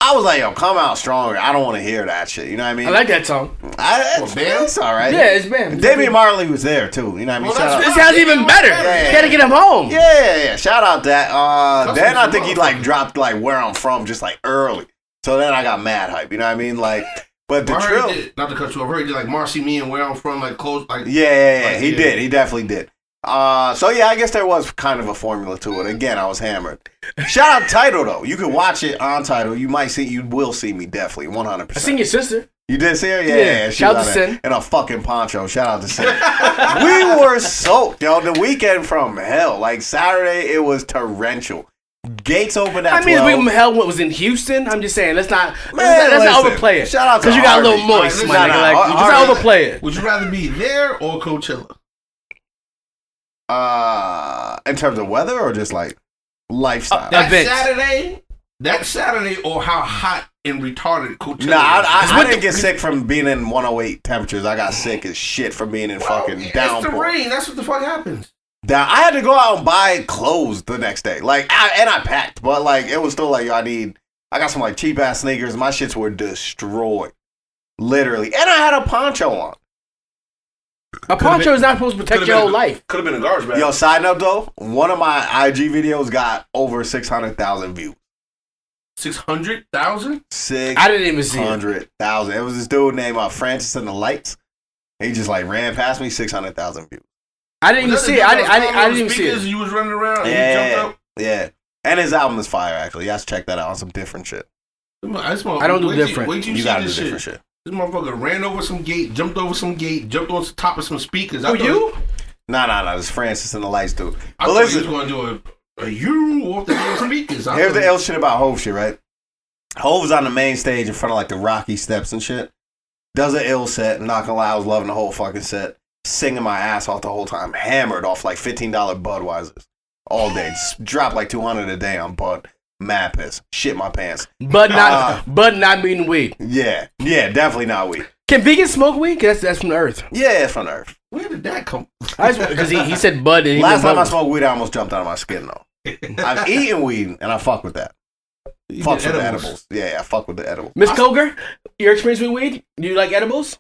I was like, yo, come out stronger. I don't want to hear that shit. You know what I mean? I like that song. I, Well, it's, Bam? it's all right. Yeah, it's been. Damian Marley was there too. You know what I mean? Well, Shout that's out- This sounds even better. Yeah. Gotta get him home. yeah, yeah, yeah. Shout out that. Uh That's then what I think you he love. like dropped like where I'm from just like early. So then I got mad hype. You know what I mean? Like, but the I heard he drill. did, not to cut you off, I heard he did like Marcy Me and Where I'm From, like close, like Yeah, yeah, yeah. Like, He yeah. did. He definitely did. Uh, so yeah, I guess there was kind of a formula to it. Again, I was hammered. Shout out title though. You can watch it on title. You might see. You will see me definitely. One hundred I seen percent. your sister. You did see her. Yeah. Yeah. yeah, yeah. She Shout was out to on it. Sin. And a fucking poncho. Shout out to Sin. we were soaked, yo. The weekend from hell. Like Saturday, it was torrential. Gates opened at I mean, twelve. we hell what was in Houston. I'm just saying, let's not let's, Man, not, let's not listen. overplay it. Shout out to because you got a little Harvey. moist, All right, my listen, nigga. nah, Like, Har- you just not Harvey- overplay it. Would you rather be there or Coachella? uh, in terms of weather or just like lifestyle. Uh, That Event. Saturday, that Saturday, or how hot and retarded Coachella. Nah, I, It's I, I with didn't the- get sick from being in 108 temperatures. I got sick as shit from being in fucking It's the downpour. rain. That's what the fuck happens. Down, I had to go out and buy clothes the next day. Like, I, and I packed, but like, it was still like, yo, I need. I got some like cheap ass sneakers. My shits were destroyed, literally. And I had a poncho on. A poncho is not supposed to protect your whole life. Could have been a garbage bag. Yo, side note though, one of my IG videos got over six hundred thousand views. Six hundred thousand. Six I didn't even see it. hundred thousand. It was this dude named uh, Francis and the Lights. He just like ran past me, six hundred thousand views. I didn't even see it. I didn't. I didn't, I didn't even see it. You was running around. And you Yeah, jumped yeah. And his album is fire. Actually, you guys check that out on some different shit. up. I, just want, I don't do wait till- different. wait till You, you, gotta see do this different shit. shit. This motherfucker ran over some gate, jumped over some gate, jumped on top of some speakers. I Who thought- Oh, you? Nah, nah, nah. This Francis and the Lights dude. I But thought he was listen, going to do a, a you off the damn speakers. I here's thought- the L shit about Hove shit, right? Hove's on the main stage in front of like the Rocky steps and shit. Does an ill set. Not gonna lie, I was loving the whole fucking set. Singing my ass off the whole time. Hammered off like fifteen dollar Budweisers all day. Just dropped like two hundred a day on Bud. Mad piss. Shit my pants. But Ah. not. But not meaning weed. Yeah, yeah, definitely not weed. Can vegans smoke weed? 'Cause That's that's from the earth. Yeah, it's from the earth. Where did that come? Because he, he said bud. And he Last meant time I bud. smoked weed, I almost jumped out of my skin though. I've eaten weed and I fuck with that. You Fuck with did the edibles. Yeah, yeah, I fuck with the edibles. Miss I- Koger, your experience with weed? Do you like edibles?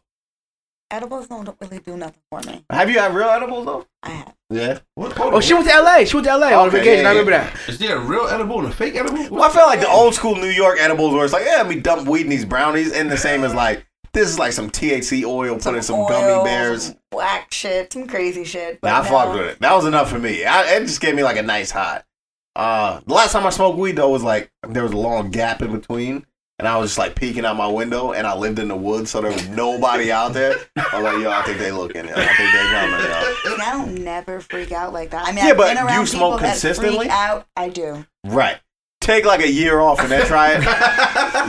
Edibles don't don't really do nothing for me. Have you had real edibles though? I have. Yeah. What, Oh, she went to LA. She went to LA on Okay, vacation. yeah, I remember yeah. that. Is there a real edible and a fake edible? Well, I felt like the old school New York edibles where it's like, yeah, let me dump weed in these brownies, and the same as like this is like some THC oil, put in some gummy oil, bears. some Whack shit, some crazy shit. Nah, I but fucked no. with it. That was enough for me. I, it just gave me like a nice high. Uh, the last time I smoked weed though was like there was a long gap in between, and I was just like peeking out my window, and I lived in the woods, so there was nobody out there. I was like, yo, I think they looking. yo. I think they coming. Yo. Like, I don't never freak out like that. I mean, Yeah, I've but been do around you smoke people that freak consistently? out, I do. Right. Take like a year off and then try it.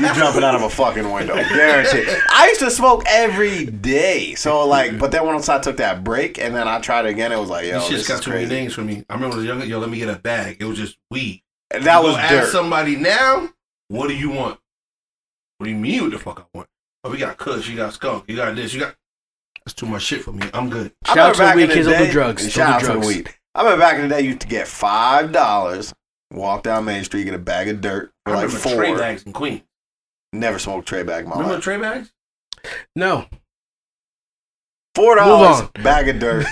You jumping out of a fucking window, guaranteed. I used to smoke every day, so like, but then once I took that break and then I tried again, it was like, yo, These this shit's is got too many crazy. names for me. I remember when I was younger, yo, let me get a bag. It was just weed. And that You was go Ask dirt. somebody now, what do you want? What do you mean what the fuck I want? Oh, we got Kush, you got Skunk, you got this, you got... That's too much shit for me. I'm good. I Shout remember out to the back weed in kids, don't do day- drugs, don't Shout do out to the drugs. weed. I remember back in the day, you used to get five dollars, walk down Main Street, get a bag of dirt I for like remember tray four. bags in Queens. Never smoked tray bag in my Remember life. tray bags? No. Four dollars Move bag of dirt,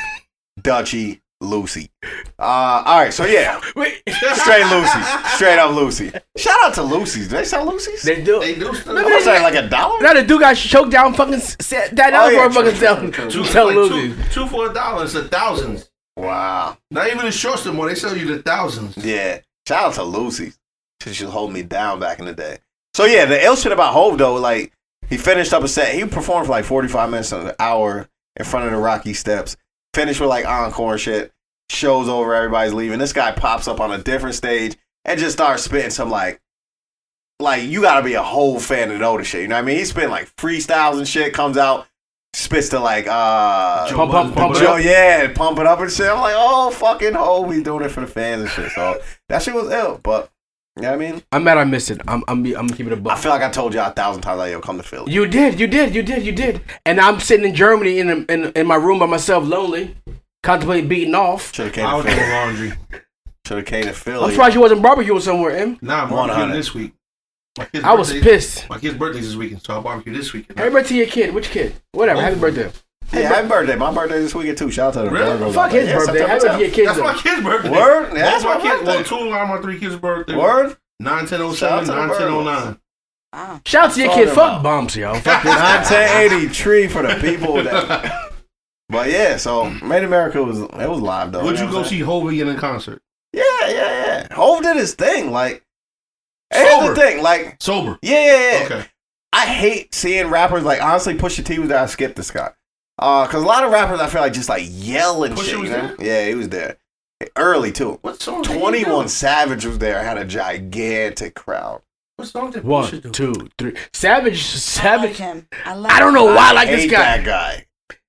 Dutchy Lucy. Uh, all right, so yeah, Wait. straight Lucy, straight up Lucy. Shout out to Lucy's. Do they sell Lucy's? They do. They do stuff. I was saying like a dollar. Now the dude got choked down fucking s- set that Oh, out yeah, for a fucking true, tell true, Two, to tell like Lucy. two, two for a dollar. It's a thousands. Wow. Not even the shorts anymore. They sell you the thousands. Yeah. Shout out to Lucy. She should hold me down back in the day. So yeah, the ill shit about Hove though, like he finished up a set. He performed for like forty five minutes an hour in front of the Rocky Steps. Finished with like encore and shit. Shows over, everybody's leaving. This guy pops up on a different stage and just starts spitting some like like you gotta be a whole fan to know this shit. You know what I mean? He spitting like freestyles and shit, comes out, spits to like uh Joe Pump, Budden. pump, pump it Joe, up. yeah, and pump it up and shit. I'm like, oh, fucking ho, we doing it for the fans and shit. So that shit was ill, but you know what I mean? I'm mad I missed it. I'm I'm I'm gonna keep it a I buck. feel like I told y'all a thousand times, like, yo, come to Philly. You did, you did, you did, you did. And I'm sitting in Germany in a- in, in my room by myself, lonely, contemplating beating off. Should have I came was to Philly. doing laundry. Should have came to Philly. I'm surprised you wasn't barbecuing somewhere, Em. Nah, I'm 100. barbecuing this week. My kid's I was birthday- pissed. My kid's birthday's this weekend, so I'll barbecue this weekend. Happy birthday to your kid. Which kid? Whatever. Happy birthday. yeah, happy birthday. My birthday this weekend, too. Shout out to the Really? Virgos out Fuck there. his Yeah, birthday. September Happy birthday to your 10th. kids. That's though. my kid's birthday. Word? Yeah, that's That's my my kid. Well, birthday. two out of my three kids' birthday. Word? 91007, Shout out to the 91009. Wow. Shout out to your Talking kid. about- Fuck bumps, yo. Fuck this. 1983 for the people that. But yeah, so Made in America was it was live though. Would know you what go I'm saying? see Hovey in a concert? Yeah, yeah, yeah. Hove did his thing. Like, here's the Sober. thing. Like, Sober. yeah, yeah, yeah. Okay. I hate seeing rappers like honestly Pusha T was there. I skipped this guy because a lot of rappers I feel like just like yelling Pusha shit. was you know? Yeah, he was there early too. What song? did he Twenty One do? Savage was there, had a gigantic crowd. What song did Pusha do? One, two, three. Savage, I like savage. him. I, like Oh, I don't know why I I like this hate guy. That guy.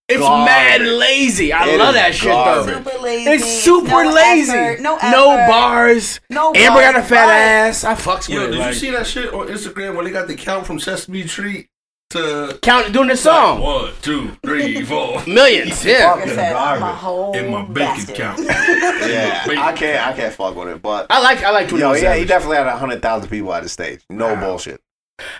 It's garbage. mad lazy. I It love is that shit garbage. Super lazy. though. It's super no lazy. effort, no effort. no bars. No Amber bars, got a fat but- ass. I fucks Yo, with did it. Like, you see that shit on Instagram where they got the count from Sesame Street to count doing this song. one, two, three, four Millions. Yeah. Like I said, I'm a Garbage whole in my bacon bacon count? Yeah, But- I can't. I can't fuck with it. But I like. I like. Twenty yo, One yeah, he Savage. definitely had hundred thousand people at the stage. No bullshit.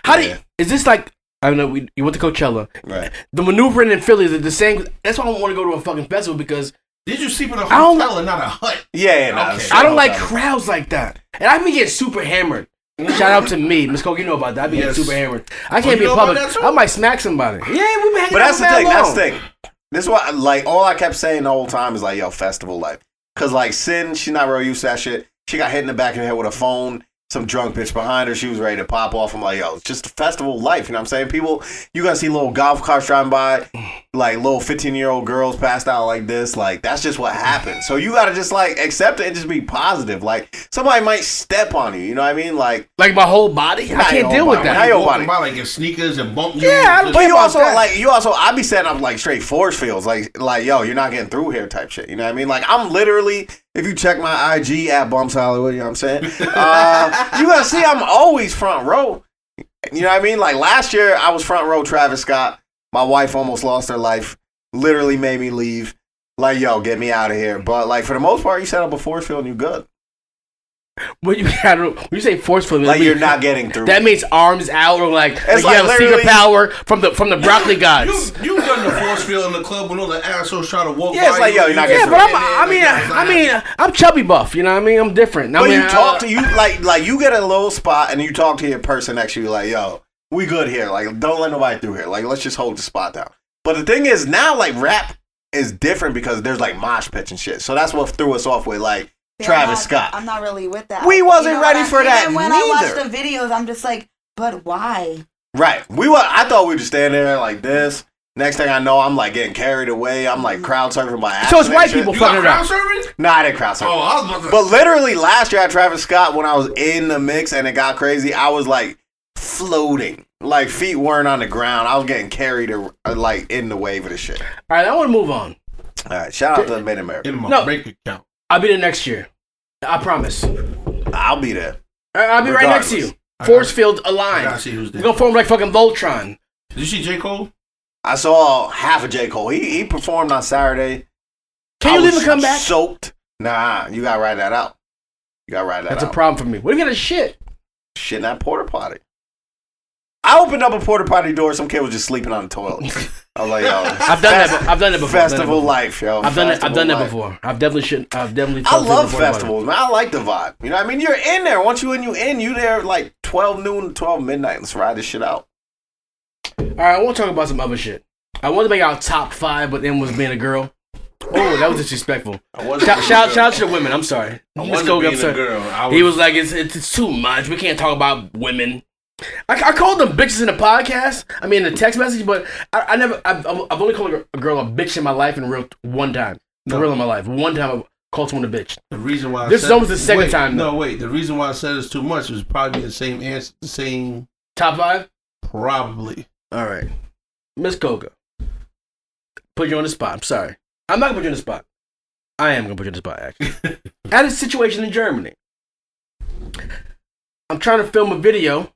How do? You, Yeah. is this like? I know we you went to Coachella. Right. The maneuvering in Philly is the same. That's why I don't want to go to a fucking festival because Did you sleep in a don't- hotel and not a hut? Yeah, yeah, nah, Okay. shit, I don't like no doubt. crowds like that. And I be getting super hammered. Shout out to me, Miss Coke. You know about that. I be Yes. getting super hammered. I Oh, you can't be know in about public. that too? I might smack somebody. Yeah, we been hanging But out that's the for that thing. That's long. the thing. This is why, like, all I kept saying the whole time is like, yo, festival life. Cause like Sin, she not real used to that shit. She got hit in the back of the head with a phone. Some drunk bitch behind her. She was ready to pop off. I'm like, yo, it's just festival life. You know what I'm saying? People, you gonna see little golf carts driving by, like little 15 year old girls passed out like this. Like that's just what happens. So you gotta just like accept it and just be positive. Like somebody might step on you. You know what I mean? Like, Like my whole body, I Not your can't deal whole with body. that. Not your- Yo, Walking buddy. by like in sneakers and bump you. Yeah, I don't Just- but you about also that. like you also I be setting up like straight force fields like like yo you're not getting through here type shit you know what I mean like I'm literally if you check my IG at Bumps Hollywood you know what I'm saying uh, you gonna see I'm always front row you know what I mean like last year I was front row Travis Scott my wife almost lost her life literally made me leave like yo get me out of here but like for the most part you set up a force field and you good when you, I don't- when you say forceful, that like means- you're not getting through That means arms out or like, like like you have a secret literally- power from the from the broccoli gods. You, you done the force field in the club when all the assholes try to walk Yeah, it's by like, you. yo, you're not Yeah, getting but I'm, I mean, I mean, I'm chubby buff. You know what I mean? I'm different. I But mean, you talk to you like like you get in a little spot and you talk to your person next to you like, yo, we good here. Like don't let nobody through here. Like let's just hold the spot down. But the thing is now like rap is different because there's like mosh pits and shit. So that's what threw us off with like Yeah, Travis I'm not- Scott. I'm not really with that. We wasn't ready and I- for that Even when I neither. watch the videos, I'm just like, but why? right. We were I thought we just stand there like this. Next thing I know, I'm like getting carried away. I'm Mm. like crowd surfing my ass. So it's and white shit. people You fucking got it up. crowd serving? Nah, I didn't crowd surf. Oh, I was about to. But literally last year at Travis Scott, when I was in the mix and it got crazy, I was like floating. Like feet weren't on the ground. I was getting carried uh, like in the wave of the shit. All right, I want to move on. All right, shout out to Mid America. in my No. bank account. I'll be there next year. I promise. I- I'll be there. I'll be right next to you. Force field I gotta aligned. see who's We're there. gonna form like fucking Voltron. Did you see J Cole? I saw half of J Cole. He he performed on Saturday. Can I you leave was and come back? Soaked. Nah, you gotta ride that out. You gotta ride that That's a out. problem for me. What if you got a shit? shit in that porta potty. I opened up a porta potty door. Some kid was just sleeping on the toilet. I was like, yo, I've done that. be- I've done it before. I've done it festival before. life, yo. I've done it. I've Festival done that life. before. I've definitely should. I've definitely. I told people love before about it. festivals, man. I like the vibe. You know what I mean? You're in there. Once you in, you in. You there like 12 noon to 12 midnight. Let's ride this shit out. All right, I want to talk about some other shit. I wanted to make our top five, but then was being a girl. Oh, that was disrespectful. I wasn't Shout, being a shout, girl. shout out to the women. I'm I sorry. Miss wasn't Koga, being I'm a sorry. girl. I He was like, it's, it's it's too much. We can't talk about women. I, I called them bitches in the podcast. I mean, in the text message, but I, I never. I've, I've only called a gir- a girl a bitch in my life in real one time. For No. real in my life, one time I called someone a bitch. The reason why I This is said- almost the second wait, time, No, wait. The reason why I said it's too much was probably the same answer. The same, Top five. probably. All right, Miss Koga. Put you on the spot. I'm sorry. I'm not gonna put you on the spot. I am gonna put you on the spot. Actually, I had a situation in Germany. I'm trying to film a video.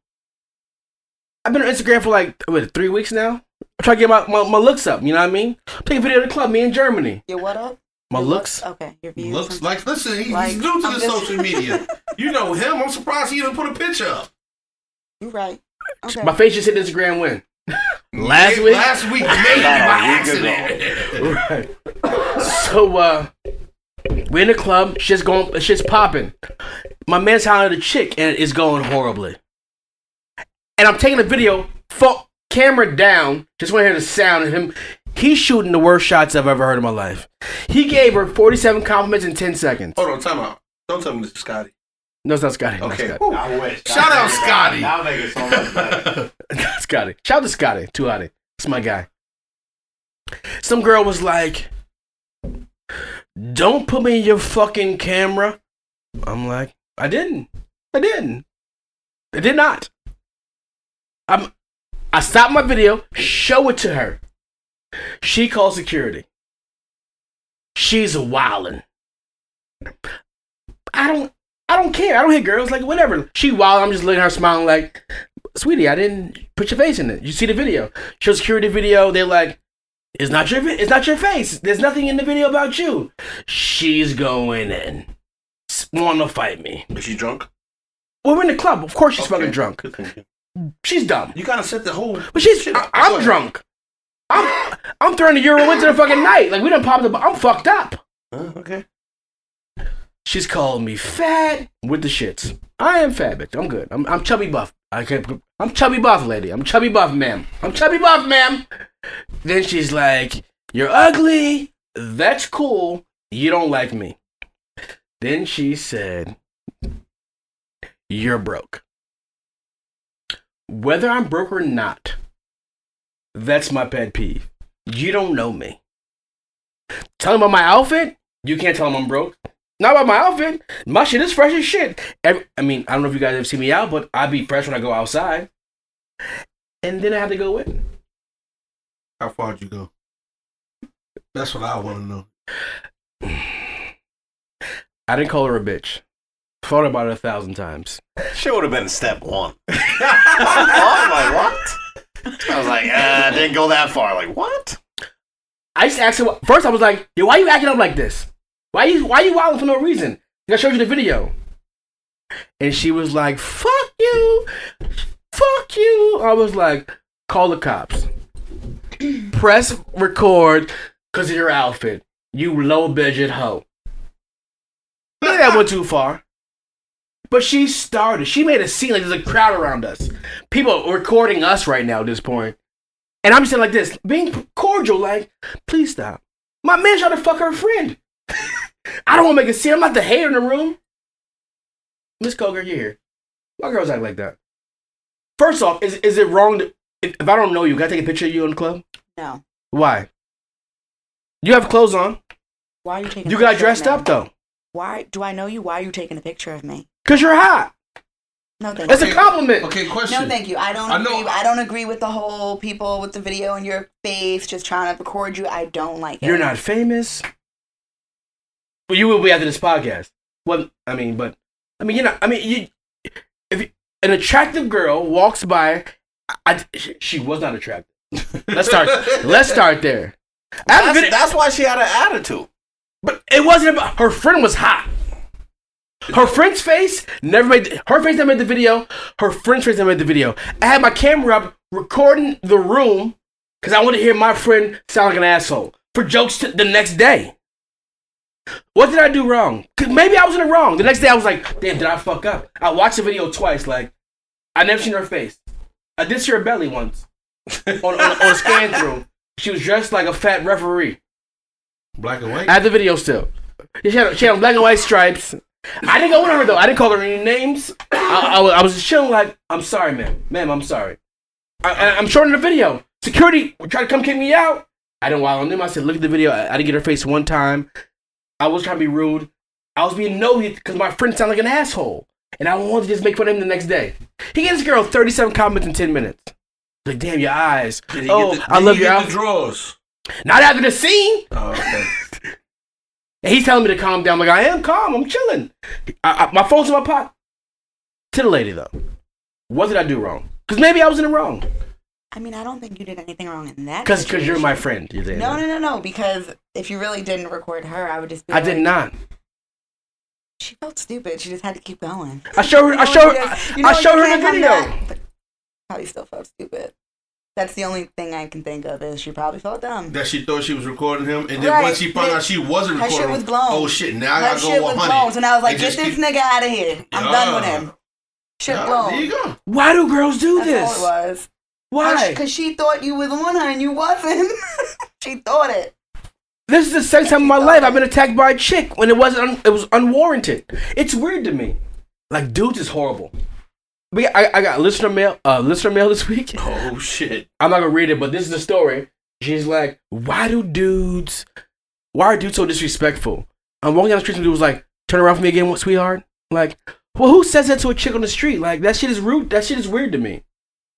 I've been on Instagram for like what, three weeks now. I'm trying to get my, my, my looks up. You know what I mean? I'm taking a video of the club. Me in Germany. Your what up? My Your looks. Okay. Your views. Looks like listen, he, Like, he's new to I'm the just- social media. You know him. I'm surprised he didn't put a picture up. You're right. Okay. My face just hit Instagram win. Last May- week? last week, maybe by a week ago. accident. Right. so uh we're in the club, shit's going shit's popping. My man's hollering at a chick and it's going horribly. And I'm taking a video, phone camera down, just want to hear the sound of him. He's shooting the worst shots I've ever heard in my life. He gave her 47 compliments in 10 seconds. Hold on, time out. Don't tell me this is Scotty. No, it's not Scotty. not Okay. Scotty. whew. I wish. Shout out Scotty. I'll make it so much better. Not Scotty. Shout out to Scotty. Too hotty. That's my guy. Some girl was like, Don't put me in your fucking camera. I'm like, I didn't. I didn't. I did not. I'm I stopped my video, show it to her. She calls security. She's wildin'. I don't I don't care. I don't hit girls like whatever. She wild. I'm just looking at her smiling like, sweetie, I didn't put your face in it. You see the video. She'll security video. They're like, it's not your vi- it's not your face. There's nothing in the video about you. She's going in. S- Wanna fight me? Is she drunk? Well, we're in the club. Of course she's fucking Okay. drunk. Good thing. She's dumb. You gotta set the whole. But she's Shit, I, I'm sorry. drunk. I'm I'm throwing the euro into the fucking night. Like we done popped up. I'm fucked up. Huh, okay. She's calling me fat with the shits. I am fat, bitch. I'm good. I'm, I'm chubby buff. I can't. I'm chubby buff, lady. I'm chubby buff, ma'am. I'm chubby buff, ma'am. Then she's like, "You're ugly. That's cool. You don't like me." Then she said, "You're broke. Whether I'm broke or not, that's my pet peeve. You don't know me. Tell him about my outfit. You can't tell him I'm broke." Not about my outfit. My shit is fresh as shit. Every, I mean, I don't know if you guys have seen me out, but I be fresh when I go outside. And then I have to go in. How far'd you go? That's what I want to know. I didn't call her a bitch. Thought about it a thousand times. She would have been step one. I was like, what? I was like, uh, didn't go that far. Like, what? I just asked her. wh- First, I was like, "Yo, why you acting up like this? Why you why you wilding for no reason?" And I showed you the video, and she was like, "Fuck you, fuck you." I was like, "Call the cops. Press record because of your outfit. You low budget hoe." Yeah, that went too far. But she started. She made a scene like there's a crowd around us. People are recording us right now at this point. And I'm just saying like this, being cordial, like, please stop. My man tried to fuck her friend. I don't want to make a scene. I'm not the hater in the room. Miss Coker, you're here. Why girls act like that? First off, is is it wrong to, if, if I don't know you, can I take a picture of you in the club? No. Why? You have clothes on. Why are you taking? You a got picture of dressed me? up though, Why do I know you? Why are you taking a picture of me? cause you're hot. No, thank That's you. a compliment. Okay, question. No, thank you. I don't. I know- agree. I don't agree with the whole people with the video in your face just trying to record you. I don't like it. You're not famous. Well, you will be after this podcast. Well, I mean, but I mean, you know, I mean, you, if you- an attractive girl walks by, I, she, she was not attractive. Let's start. let's start there. I have a That's, video- that's why she had an attitude. but it wasn't about her friend was hot. Her friend's face never made her face never made the video. Her friend's face never made the video. I had my camera up recording the room because I wanted to hear my friend sound like an asshole for jokes t- the next day. What did I do wrong? 'Cause maybe I was in the wrong. The next day I was like, damn, did I fuck up? I watched the video twice. Like, I never seen her face. I did see her belly once on, on, on a scan through. She was dressed like a fat referee. Black and white. I have the video still. Yeah, She had, she had black and white stripes. I didn't go with her though. I didn't call her any names. I, I, was- I was just chilling like, I'm sorry, ma'am. Ma'am, I'm sorry. I, I, I'm shorting the video. Security tried to come kick me out. I didn't while on them. I said, look at the video. I, I didn't get her face one time. I was trying to be rude. I was being nosy because my friend sounded like an asshole. And I wanted to just make fun of him the next day. He gave this girl 37 comments in 10 minutes. Like, damn, your eyes. Did he Oh, get the- I did love he your get outfit. the drawers. Not after the scene. Oh, okay. And he's telling me to calm down. I'm like, I am calm. I'm chilling. I, I, my phone's in my pocket. To the lady, though. What did I do wrong? Because maybe I was in the wrong. I mean, I don't think you did anything wrong in that. Because you're my situation. friend. You're No, no, no, no. Because if you really didn't record her, I would just. Be I did like, not. She felt stupid. She just had to keep going. I showed her. You I know showed. what her. it is? I, You know I what, showed you her the can't video. come back, but Probably still felt stupid. That's the only thing I can think of is she probably felt dumb. that she thought she was recording him, and then Right. once she found out she wasn't Her shit recording, him, was blown. Oh shit! Now I Her gotta shit go was 100. blown, so now I was like, It get just this keep- nigga out of here. I'm done with Yeah. him. Shit Yeah, blown. There you go. Why do girls do That's this? all it was. Why? Because she thought you was on her and you wasn't. she thought it. This is the second time in my life I've been attacked by a chick when it wasn't. Un- it was unwarranted. It's weird to me. Like dudes is horrible. We got- I, I got listener mail. Uh, listener mail this week. Oh shit! I'm not gonna read it, but this is the story. She's like, why do dudes, why are dudes so disrespectful? I'm walking down the street and dude was like, turn around for me again, sweetheart. Like, well, who says that to a chick on the street? Like, that shit is rude. That shit is weird to me.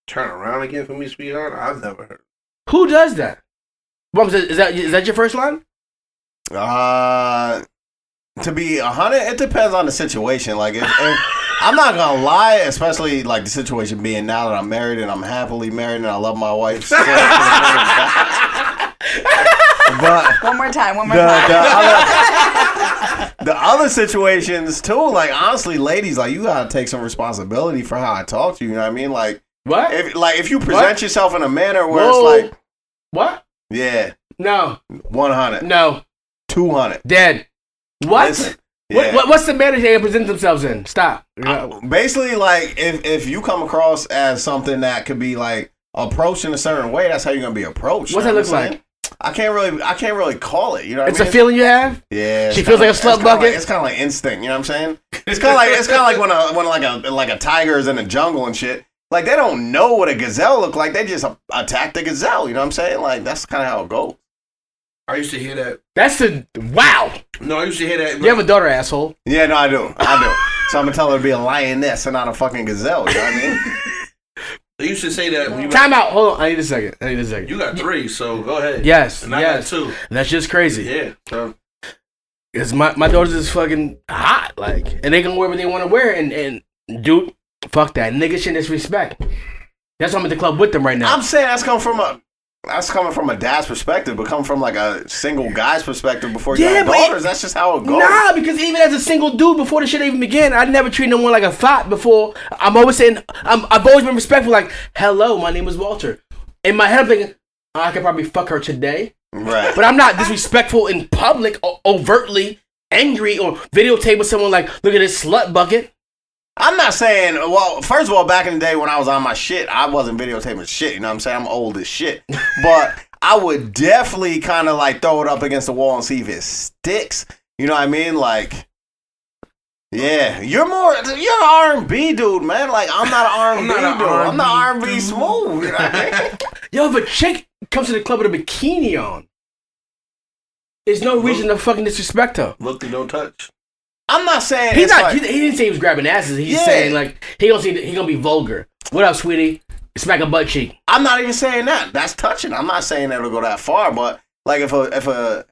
Turn around again for me, sweetheart. I've never heard. Who does that? Bumps, is that is that your first line? Uh, to be a hundred, it depends on the situation. Like, if, if, I'm not gonna lie, especially like the situation being now that I'm married and I'm happily married and I love my wife. so- but One more time. One more the, time. the other, the other situations too, like honestly, ladies, like you gotta take some responsibility for how I talk to you. You know what I mean? Like, What? if like if you present What? yourself in a manner where Whoa. it's like, what? yeah, No, 100, no, 200. dead. What? Listen, What, yeah. what? What's the manager they present themselves in? Stop. basically like if if you come across as something that could be like approached in a certain way, that's how you're gonna be approached. What's You know that what I'm look saying? I can't really I can't really call it. You know what it's I mean? a feeling you have. yeah, She it's feels kinda like a slut it's kinda bucket. like- it's kind of like instinct. You know what I'm saying? It's kind of like it's kind of like when a when like a like a tiger is in the jungle and shit. Like they don't know what a gazelle look like. They just a- attack the gazelle. You know what I'm saying? Like that's kind of how it goes. I used to hear that. That's a wow. No, I used to hear that. You have a daughter, asshole. Yeah, no, I do, I do. so I'm gonna tell her to be a lioness and not a fucking gazelle. You know what I mean? They used to say that when you, Time out. Hold on. I need a second. I need a second. you got three, so go ahead. yes. And I yes. got two. That's just crazy. Yeah. So, Cause my, my daughters is fucking hot, like, and they can wear what they want to wear, and and dude, fuck that nigga shit disrespect. That's why I'm at the club with them right now. I'm saying that's coming from a that's coming from a dad's perspective, but coming from like a single guy's perspective before you Yeah, have but it- daughters, that's just how it goes. Nah, because even as a single dude, before the shit even began, I never treated no one like a thought before. I'm always saying, I'm, I've always been respectful, like, hello, my name is Walter. In my head, I'm thinking, I could probably fuck her today. Right. But I'm not disrespectful in public, o- overtly angry, or videotape with someone like, look at this slut bucket. I'm not saying well, first of all, back in the day when I was on my shit, I wasn't videotaping shit, you know what I'm saying? I'm old as shit. but I would definitely kinda like throw it up against the wall and see if it sticks. You know what I mean? Like yeah, you're more you're an R and B dude, man. Like I'm not an R and B dude. I'm not R and B smooth. You know what I mean? Yo, if a chick comes to the club with a bikini on, there's no reason to fucking disrespect her. look and don't touch. I'm not saying He's it's not. like- he, he didn't say he was grabbing asses. He's Yeah. saying like he gonna see. He gonna be vulgar. What up, sweetie? Smack a butt cheek. I'm not even saying that. That's touching. I'm not saying that'll go that far, but like if a if a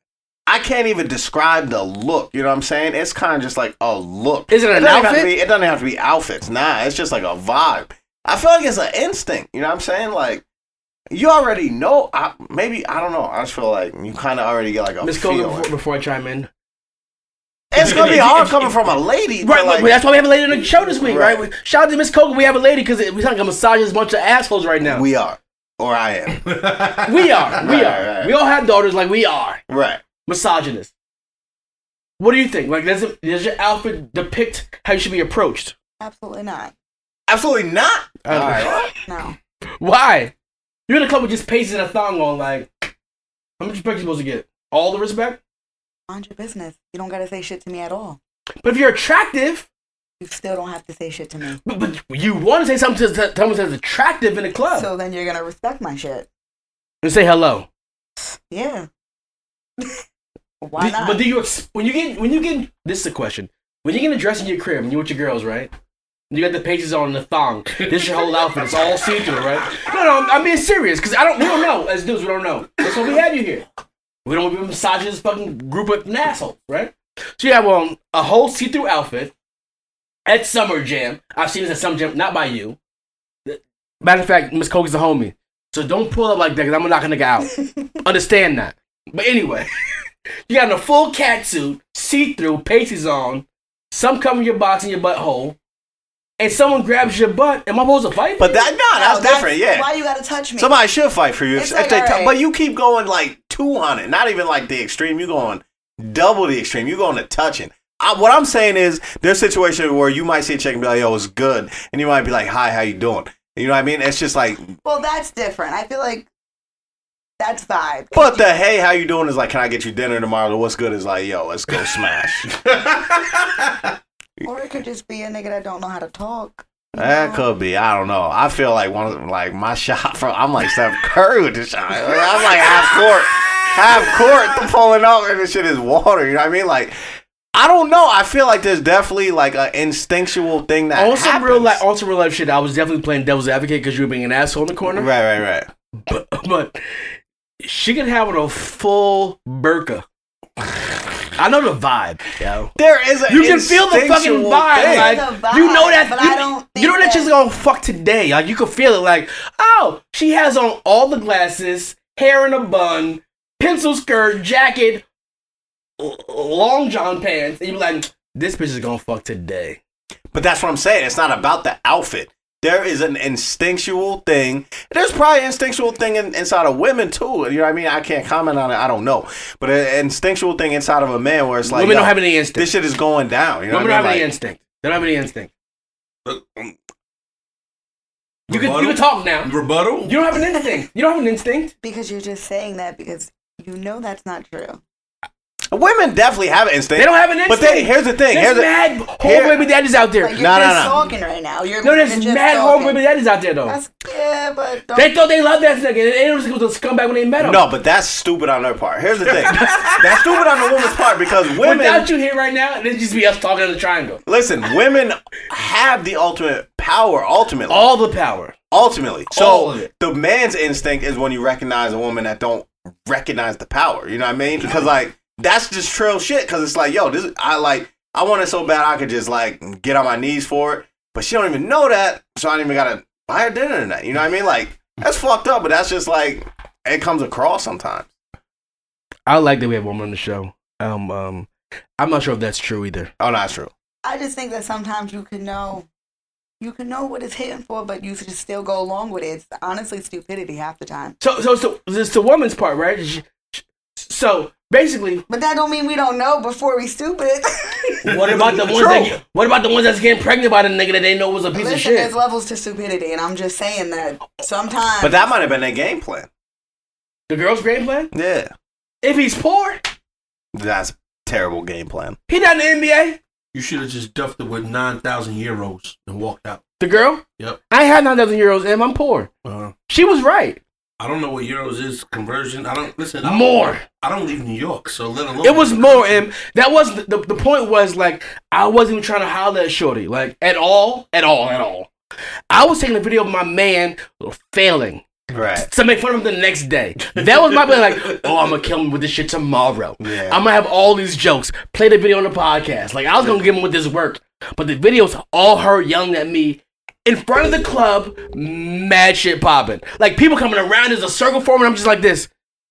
I can't even describe the look. You know what I'm saying? It's kind of just like a look. Is it an doesn't have to outfit? be- it doesn't have to be outfits. Nah, it's just like a vibe. I feel like it's an instinct. You know what I'm saying? Like you already know. I, maybe I don't know. I just feel like you kind of already get like a Miss Kogan, feeling. before, before I chime in. It's gonna be if you- hard if- coming from a lady, Right, but but like, that's why we have a lady on the show this week, right? Right. Shout out to Miss Kogan, we have a lady because we're talking about massaging a bunch of assholes right now. We, we are or I am. are, Right, we are. right. We all have daughters like we are. right. Misogynists. What do you think? Like, does, it, does your outfit depict how you should be approached? Absolutely not. Absolutely not. I don't All know. right. No. Why? You're in a club with just pasties and a thong on, like, how much respect you supposed to get? All the respect? Mind your business. You don't gotta say shit to me at all. But if you're attractive, You still don't have to say shit to me. But, but you want to say something to to someone that's attractive in the club So then you're gonna respect my shit. and say hello. Yeah. Why Do- not? But do you ex- when you get when you get this is a question when you get dressed in your crib and you with your girls right? You got the pages on and the thong. This your whole outfit. It's all see through, right? No, no, I'm, I'm being serious because I don't. We don't know as dudes. We don't know. That's why we have you here. We don't want to be massaging this fucking group of assholes, right? So you have on a whole see through outfit at Summer Jam. I've seen this at Summer Jam, not by you. Matter of fact, Miss Coke is a homie. So don't pull up like that because I'm gonna knock a nigga out. Understand that. But anyway, you got in a full cat suit, see through, pasties on, some covering your box in your butthole, and someone grabs your butt. Am I supposed to fight? But that no, No, that's, different. Yeah. Why you gotta touch me? Somebody should fight for you. If, It's if like, they all t- right. but you keep going like 200, not even like the extreme. You're going double the extreme. You're going to touching. I, what I'm saying is there's situations where you might see a chick and be like, yo, it's good. And you might be like, hi, how you doing? You know what I mean? It's just like, Well, that's different. I feel like that's vibe. but the hey, how you doing is like, can I get you dinner tomorrow? The what's good is like, yo, let's go smash. Or it could just be a nigga that don't know how to talk. you that know? could be. I don't know. I feel like one of them, like my shot from, I'm like Steph Curry with the shot. I'm like half court. half court pulling up and this shit is water. You know what I mean? Like, I don't know. I feel like there's definitely like an instinctual thing that on also some real life, on some real life shit, I was definitely playing devil's advocate because you were being an asshole in the corner. Right, right, right. But, but she can have a full burqa. I know the vibe, yo. There is a You can feel the fucking instinctual vibe, thing. like The vibe, you know that. but you, I don't you know that think that- she's gonna fuck today. Like you can feel it. Like oh, she has on all the glasses, hair in a bun, pencil skirt, jacket, l- long john pants, and you're like, this bitch is gonna fuck today. But that's what I'm saying. It's not about the outfit. There is an instinctual thing. There's probably instinctual thing in, inside of women too. You know what I mean? I can't comment on it. I don't know. But an instinctual thing inside of a man where it's like Women yo, don't have any instinct. this shit is going down. You know what Women I don't mean? have any Like, instinct. They don't have any instinct. You can, you Rebuttal? can talk now. Rebuttal? You don't have an instinct. You don't have an instinct. Because you're just saying that because you know that's not true. women definitely have an instinct. They don't have an instinct. But they, here's the thing. Here's There's the, mad whole here- baby daddies out there. Like you're No, no, just no. talking right now. You're no, you're there's just mad whole talking. baby daddies out there though. That's yeah, but don't they thought they loved that nigga. They didn't just was a scumbag when they met him. no, but that's stupid on their part. Here's the thing. that's stupid on the woman's part because women Without you here right now, it'd just be us talking in the triangle. listen, women have the ultimate power ultimately. All the power. ultimately. All of So it. the man's instinct is when you recognize a woman that don't recognize the power. You know what I mean? Because like that's just trail shit. Because it's like, yo, this I like I want it so bad I could just like get on my knees for it, but she don't even know that, so I don't even gotta buy her dinner tonight. You know what I mean? Like that's fucked up, but that's just like it comes across sometimes. I like that we have women on the show. Um, um, I'm not sure if that's true either. Oh, no, that's true. I just think that sometimes you can know you can know what it's hitting for, but you should still go along with it. It's honestly stupidity half the time. So, so, so it's the woman's part, right? Sh- sh- So basically, But that don't mean we don't know before we stupid. what about the ones that get, what about the ones that's getting pregnant by the nigga that they know was a piece of Listen, shit? there's levels to stupidity, and I'm just saying that sometimes. But that might have been their game plan. The girl's game plan? Yeah, If he's poor, that's terrible game plan. he not in the NBA. You should have just duffed it with 9,000 euros and walked out. The girl? Yep. I had 9,000 euros and I'm poor. Uh, She was right. I don't know what euros is conversion. I don't listen. I don't, More. I don't leave New York, so let alone. It was more. And that was the, the, the point was like, I wasn't even trying to holler at Shorty, like, at all, at all, at all. I was taking a video of my man failing Right. to make fun of him the next day. That was my plan. Like, oh, I'm gonna kill him with this shit tomorrow. Yeah. I'm gonna have all these jokes. Play the video on the podcast. Like, I was gonna give him with this work, but the videos all her yelling at me in front of the club. Mad shit popping. Like people coming around. There's a circle forming. I'm just like this.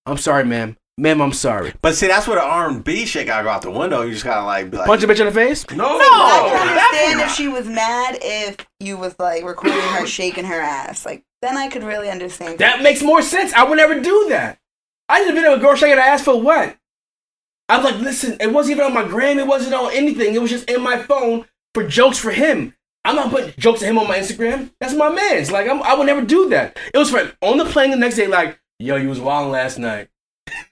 I'm sorry, ma'am. Ma'am, I'm sorry. But see, that's where the R and B shit gotta go out the window. You just gotta like be like, Punch a bitch in the face. No, I No. Definitely can understand not. if she was mad if you was like recording her shaking her ass. Like then I could really understand. That makes more sense. I would never do that. I did a video with a girl shaking her ass for what? I'm like, listen, it wasn't even on my gram. It wasn't on anything. It was just in my phone for jokes for him. I'm not putting jokes of him on my Instagram. That's my man's. Like, I'm, I would never do that. It was for on the plane the next day. Like, yo, you was wilding last night,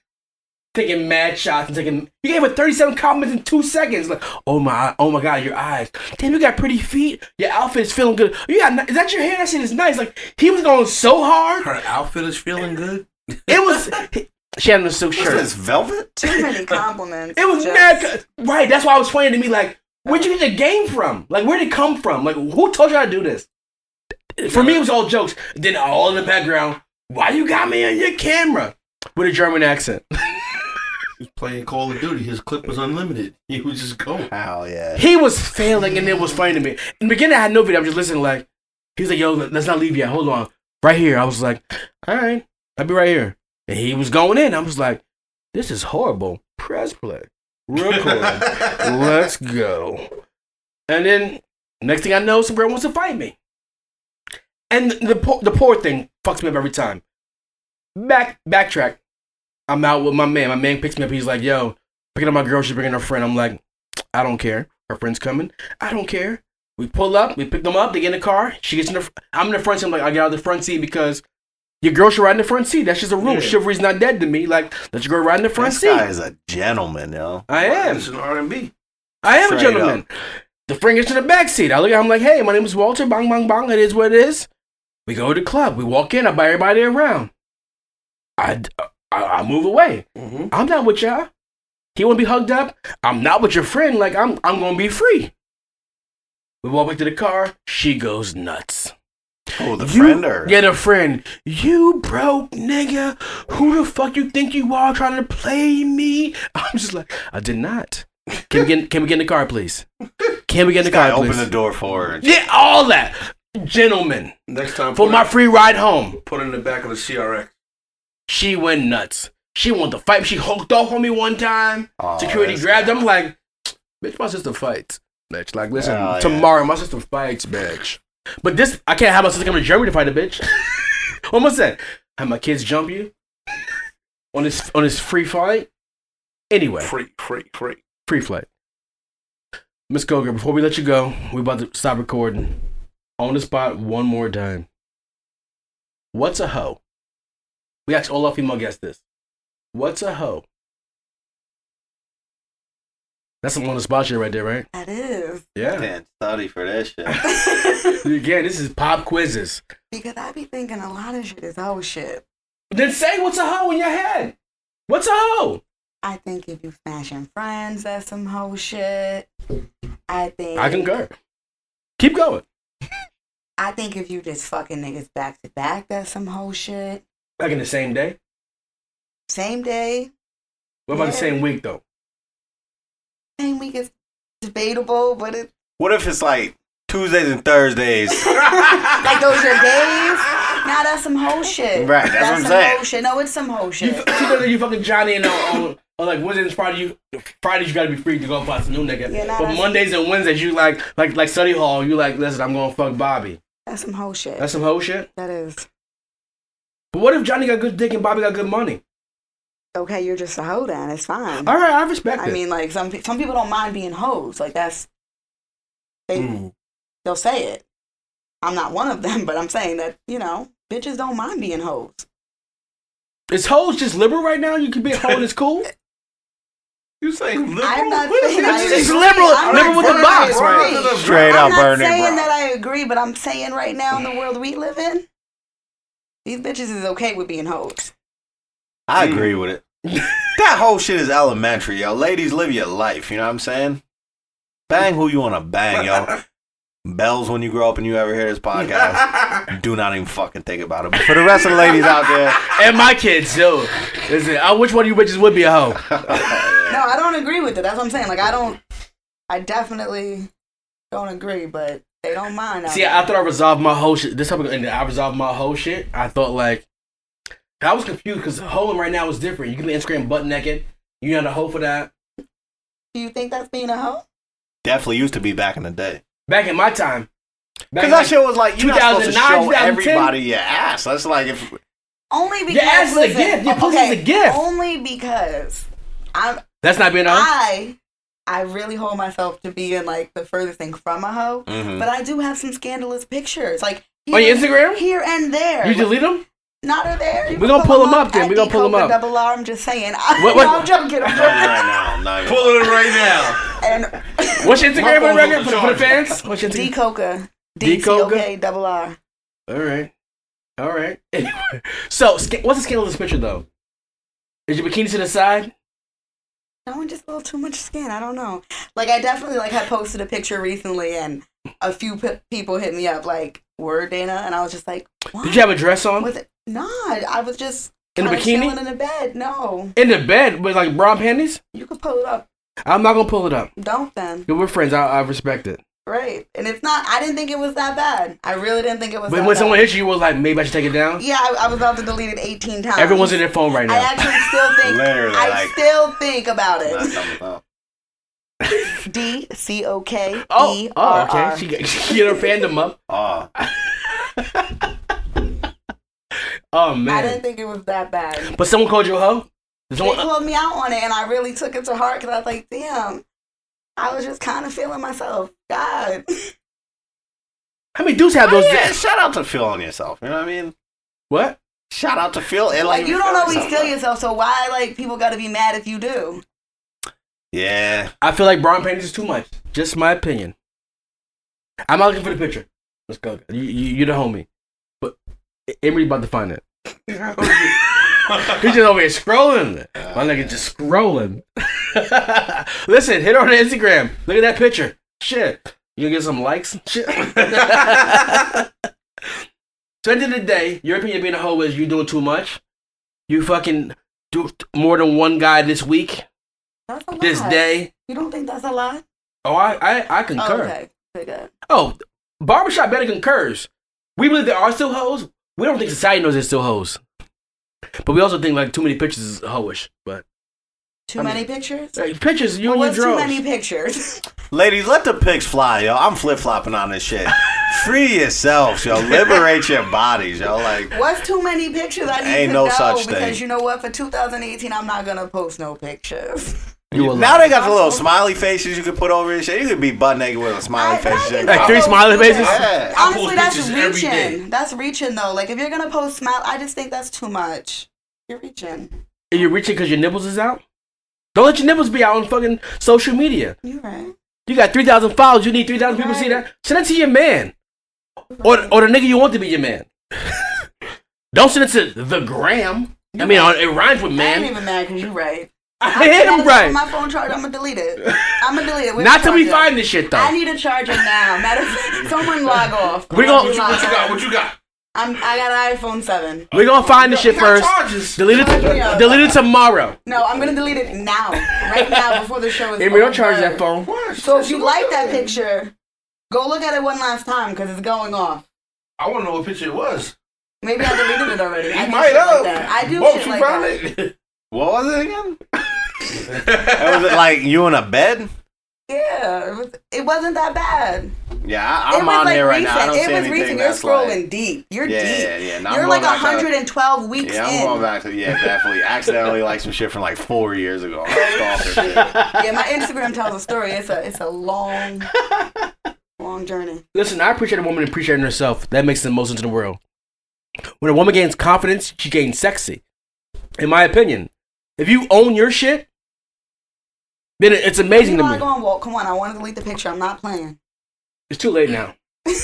taking mad shots and taking. You gave her 37 compliments in two seconds. Like, oh my, oh my god, your eyes. Damn, you got pretty feet. Your outfit's feeling good. You got, ni- is that your hair? That shit is nice. Like, he was going so hard. Her outfit is feeling good. It was. She had on a silk "What's shirt. this velvet?" Too many compliments. It was just- mad. Right. That's why I was pointing to me like, where'd you get the game from? Like, where'd it come from? Like, who told you how to do this? For me, it was all jokes. Then all in the background, why you got me on your camera with a German accent? He's playing Call of Duty. His clip was unlimited. He was just going. Hell yeah. He was failing, and it was funny to me. In the beginning, I had no video. I'm just listening. Like, he's like, "Yo, let's not leave yet. Hold on, right here." I was like, "All right, I'll be right here." And he was going in. I was like, "This is horrible." Press play. Record. Let's go. And then next thing I know, some girl wants to fight me. And the the poor, the poor thing fucks me up every time. Back backtrack. I'm out with my man. My man picks me up. He's like, "Yo, picking up my girl. She's bringing her friend." I'm like, "I don't care. Her friend's coming. I don't care." We pull up. We pick them up. They get in the car. She gets in the. fr- I'm in the front seat. I'm like, I get out of the front seat because your girl should ride in the front seat. That's just a rule. Yeah. Chivalry's not dead to me. Like, let your girl ride in the front This seat. guy is a gentleman, yo. I am. It's an R and B. I am a Straight gentleman. The friend gets in the back seat. I look at him like, hey, my name is Walter. Bang, bang, bang. It is what it is. We go to the club. We walk in. I buy everybody around. I, uh, I, I move away. Mm-hmm. I'm not with y'all. He want to be hugged up. I'm not with your friend. Like, I'm, I'm going to be free. We walk back to the car. She goes nuts. Oh, the You- friend or- Yeah, the friend. You broke nigga. Who the fuck you think you are trying to play me? I'm just like, I did not. Can we get can we get in the car, please? Can we get in the I car, opened please? the door for her. Yeah, all that. Gentlemen. Next time, For put my it- free ride home. put it in the back of the CRX. She went nuts. She wanted to fight. She hulked off on me one time. Aw, Security Oh, that's- grabbed. I'm like, bitch, my sister fights. Bitch, like, listen, Oh, yeah. tomorrow my sister fights, bitch. But this, I can't have my sister come to Germany to fight a bitch. what am I saying? Have my kids jump you on this on this free flight? Anyway, Free, free, free. free flight. Miss Goger, before we let you go, we about to stop recording. On the spot, one more time. What's a hoe? We asked all our female guests this. What's a hoe? That's some on the spot shit right there, right? That is. Yeah. Damn, study for that shit. Again, this is pop quizzes. because I be thinking a lot of shit is whole shit. Then say what's a hoe in your head. What's a hoe? I think if you smashing friends, that's some whole shit. I think I concur. Keep going. I think if you just fucking niggas back to back, that's some whole shit. Like in the same day. Same day, What about the Yeah. same week though? same week is debatable, but it What if it's like Tuesdays and Thursdays? like those are days. Now that's some whole shit. Right, that's what I'm some saying. Whole shit. No, it's some whole You, shit. f- you know that you fucking Johnny and on, on, on like Wednesdays and Fridays, you Fridays you gotta be free to go fuck some new nigga. Yeah, nah, but that's- Mondays and Wednesdays you like like like study hall, you like listen, I'm gonna fuck Bobby. That's some whole shit. That's some whole shit. that is But what if Johnny got good dick and Bobby got good money? okay. You're just a hoe then. It's fine. All right, I respect I it. mean, like some pe- some people don't mind being hoes. Like that's they Mm. they'll say it. I'm not one of them, but I'm saying that you know bitches don't mind being hoes. is hoes just liberal right now? You can be a hoe and it's cool. You say liberal? I'm not What saying the I It's just agree. liberal- I'm liberal not with the saying box, I right? agree. Straight I'm up not burning saying bra. that I agree, but I'm saying right now in the world we live in, these bitches is okay with being hoes. I agree with it. that whole shit is elementary, yo. Ladies, live your life. You know what I'm saying? Bang who you want to bang, yo. Bells when you grow up and you ever hear this podcast. Do not even fucking think about it. But for the rest of the ladies out there, and my kids too. Listen, I, which one of you bitches would be a hoe? No, I don't agree with it. That's what I'm saying. Like I don't, I definitely don't agree, but they don't mind. out See, there. I thought I resolved my whole shit. This topic ended. I resolved my whole shit. I thought like I was confused because hoeing right now is different. You can be Instagram butt naked. You not a hoe for that. Do you think that's being a hoe? definitely used to be back in the day. Back in my time, Because back in that like- shit was like, you're not supposed to 2009, show 2010. everybody your ass. That's like, if Only because ass is a listen, gift. Your pussy's a gift. Only because I that's not being a hoe. I I really hold myself to being like the furthest thing from a hoe, Mhm. but I do have some scandalous pictures like Mm. On your Instagram? here and there. You delete them? not are there. You We can gonna pull 'em up at then. We gonna pull 'em Decopa up. Double R. I'm just saying. I, What- what- no, I'm joking. I'm joking. right now, now you're- Pulling it right now. and What's your Instagram for the phone's record on for, the- for the fans? What's your D Instagram? Coca. D. D C O Coca? K double R. All right, all right. Anyway, so sca- what's the scale of this picture though? Is your bikini to the side? Someone just a little too much skin. I don't know. Like I definitely like had posted a picture recently, and a few p- people hit me up like, "Word, Dana," and I was just like, "What?" Did you have a dress on? Was it? Nah, I was just In a kinda bikini? chilling in the bed. No, In the bed with like bra and panties? you can pull it up. I'm not gonna pull it up. Don't then. We're friends. I, I respect it. Right, and it's not. I didn't think it was that bad. I really didn't think it was. But that when bad. someone hits you, you was like, maybe I should take it down. yeah, I, I was about to delete it eighteen times. Everyone's in their phone right I now. actually still think. Literally, I like- still think about Not it. coming up. D C O K Oh, E oh, R okay. R. She, got- she get her fandom up. Oh, Oh I didn't man. think it was that bad. But someone called you a hoe. Did They Someone, called me out on it, and I really took it to heart because I was like, "Damn, I was just kind of feeling myself." God, how many dudes have Oh, those? yeah, dicks? shout out to Phil on yourself. You know what I mean? What? Shout out to Phil. And like like, you don't always yourself, feel like- yourself, so why like people got to be mad if you do? Yeah. I feel like brown panties is too much. Just my opinion. I'm not looking for the picture. Let's go. You, you, you're the homie. But Emery's about to find it. He's just over here scrolling. My nigga just scrolling. Listen, hit her on the Instagram. Look at that picture. Shit. You gonna get some likes? Shit. So at the end of the day, your opinion of being a hoe is you doing too much. You fucking do more than one guy this week, That's a lot. this day. You don't think that's a lot? Oh, I I, I concur. Oh, okay. Good, good. Oh, barbershop better concurs. We believe there are still hoes. We don't think society knows there's still hoes. But we also think like too many pictures is hoish. But Too I mean- many pictures? Hey, pictures, you Well, and what's your too drugs. many pictures? Ladies, let the pics fly, yo. I'm flip flopping on this shit. Free yourselves, yo. Liberate your bodies, yo. Like, What's too many pictures? I need Ain't to no know such because thing. you know what? For 2018, I'm not gonna post no pictures. You a now liar. they got the little smiley faces you can put over your shit. You could be butt naked with a smiley I- face. I shit. think Like three I'll smiley do that. faces? Yeah. I post Honestly, that's pictures every day. reaching. That's reaching though. Like if you're gonna post smile, I just think that's too much. You're reaching. And you're reaching because your nipples is out. Don't let your nipples be out on fucking social media. You're right. You got three thousand followers. You need three thousand people to see that. Send it to your man, or or the nigga you want to be your man. Don't send it to the gram. I mean, it rhymes with I ain't man. even mad because you're right. I hit him When right. My phone charger. I'm gonna delete it. I'm gonna delete it. Where's Not the till we charger? find this shit I though. need a charger now. Matter of fact, someone log off. We gon- What you, what you got? What you got? I'm, I got an iPhone seven. We gonna find this shit You got first. charges. Delete it. Yeah. Delete it tomorrow. No, I'm gonna delete it now, right now, before the show is. Hey, we don't charge over. that phone. What? So if you like that picture, go look at it one last time because it's going off. I want to know what picture it was. Maybe I deleted it already. I You do might shit like have. that. I do Won't shit you like find that. it? What was it again? It was like you in a bed? Yeah, it, was, it wasn't that bad. Yeah, I, it I'm was on like there right now. I recent. don't see it was anything recent. You're that's scrolling like. deep. You're Yeah, deep. yeah, yeah. Now I'm You're like going back to- 112 weeks Yeah, I'm going in. back to yeah, definitely. Accidentally like some shit from like four years ago. I'm stalking shit. yeah, my Instagram tells a story. It's a it's a long, long journey. Listen, I appreciate a woman appreciating herself. That makes the most sense in the world. When a woman gains confidence, she gains sexy. In my opinion, if you own your shit, then it- it's amazing to You know, I me. go on walk. Come on, I want to delete the picture. I'm not playing. It's too late now. We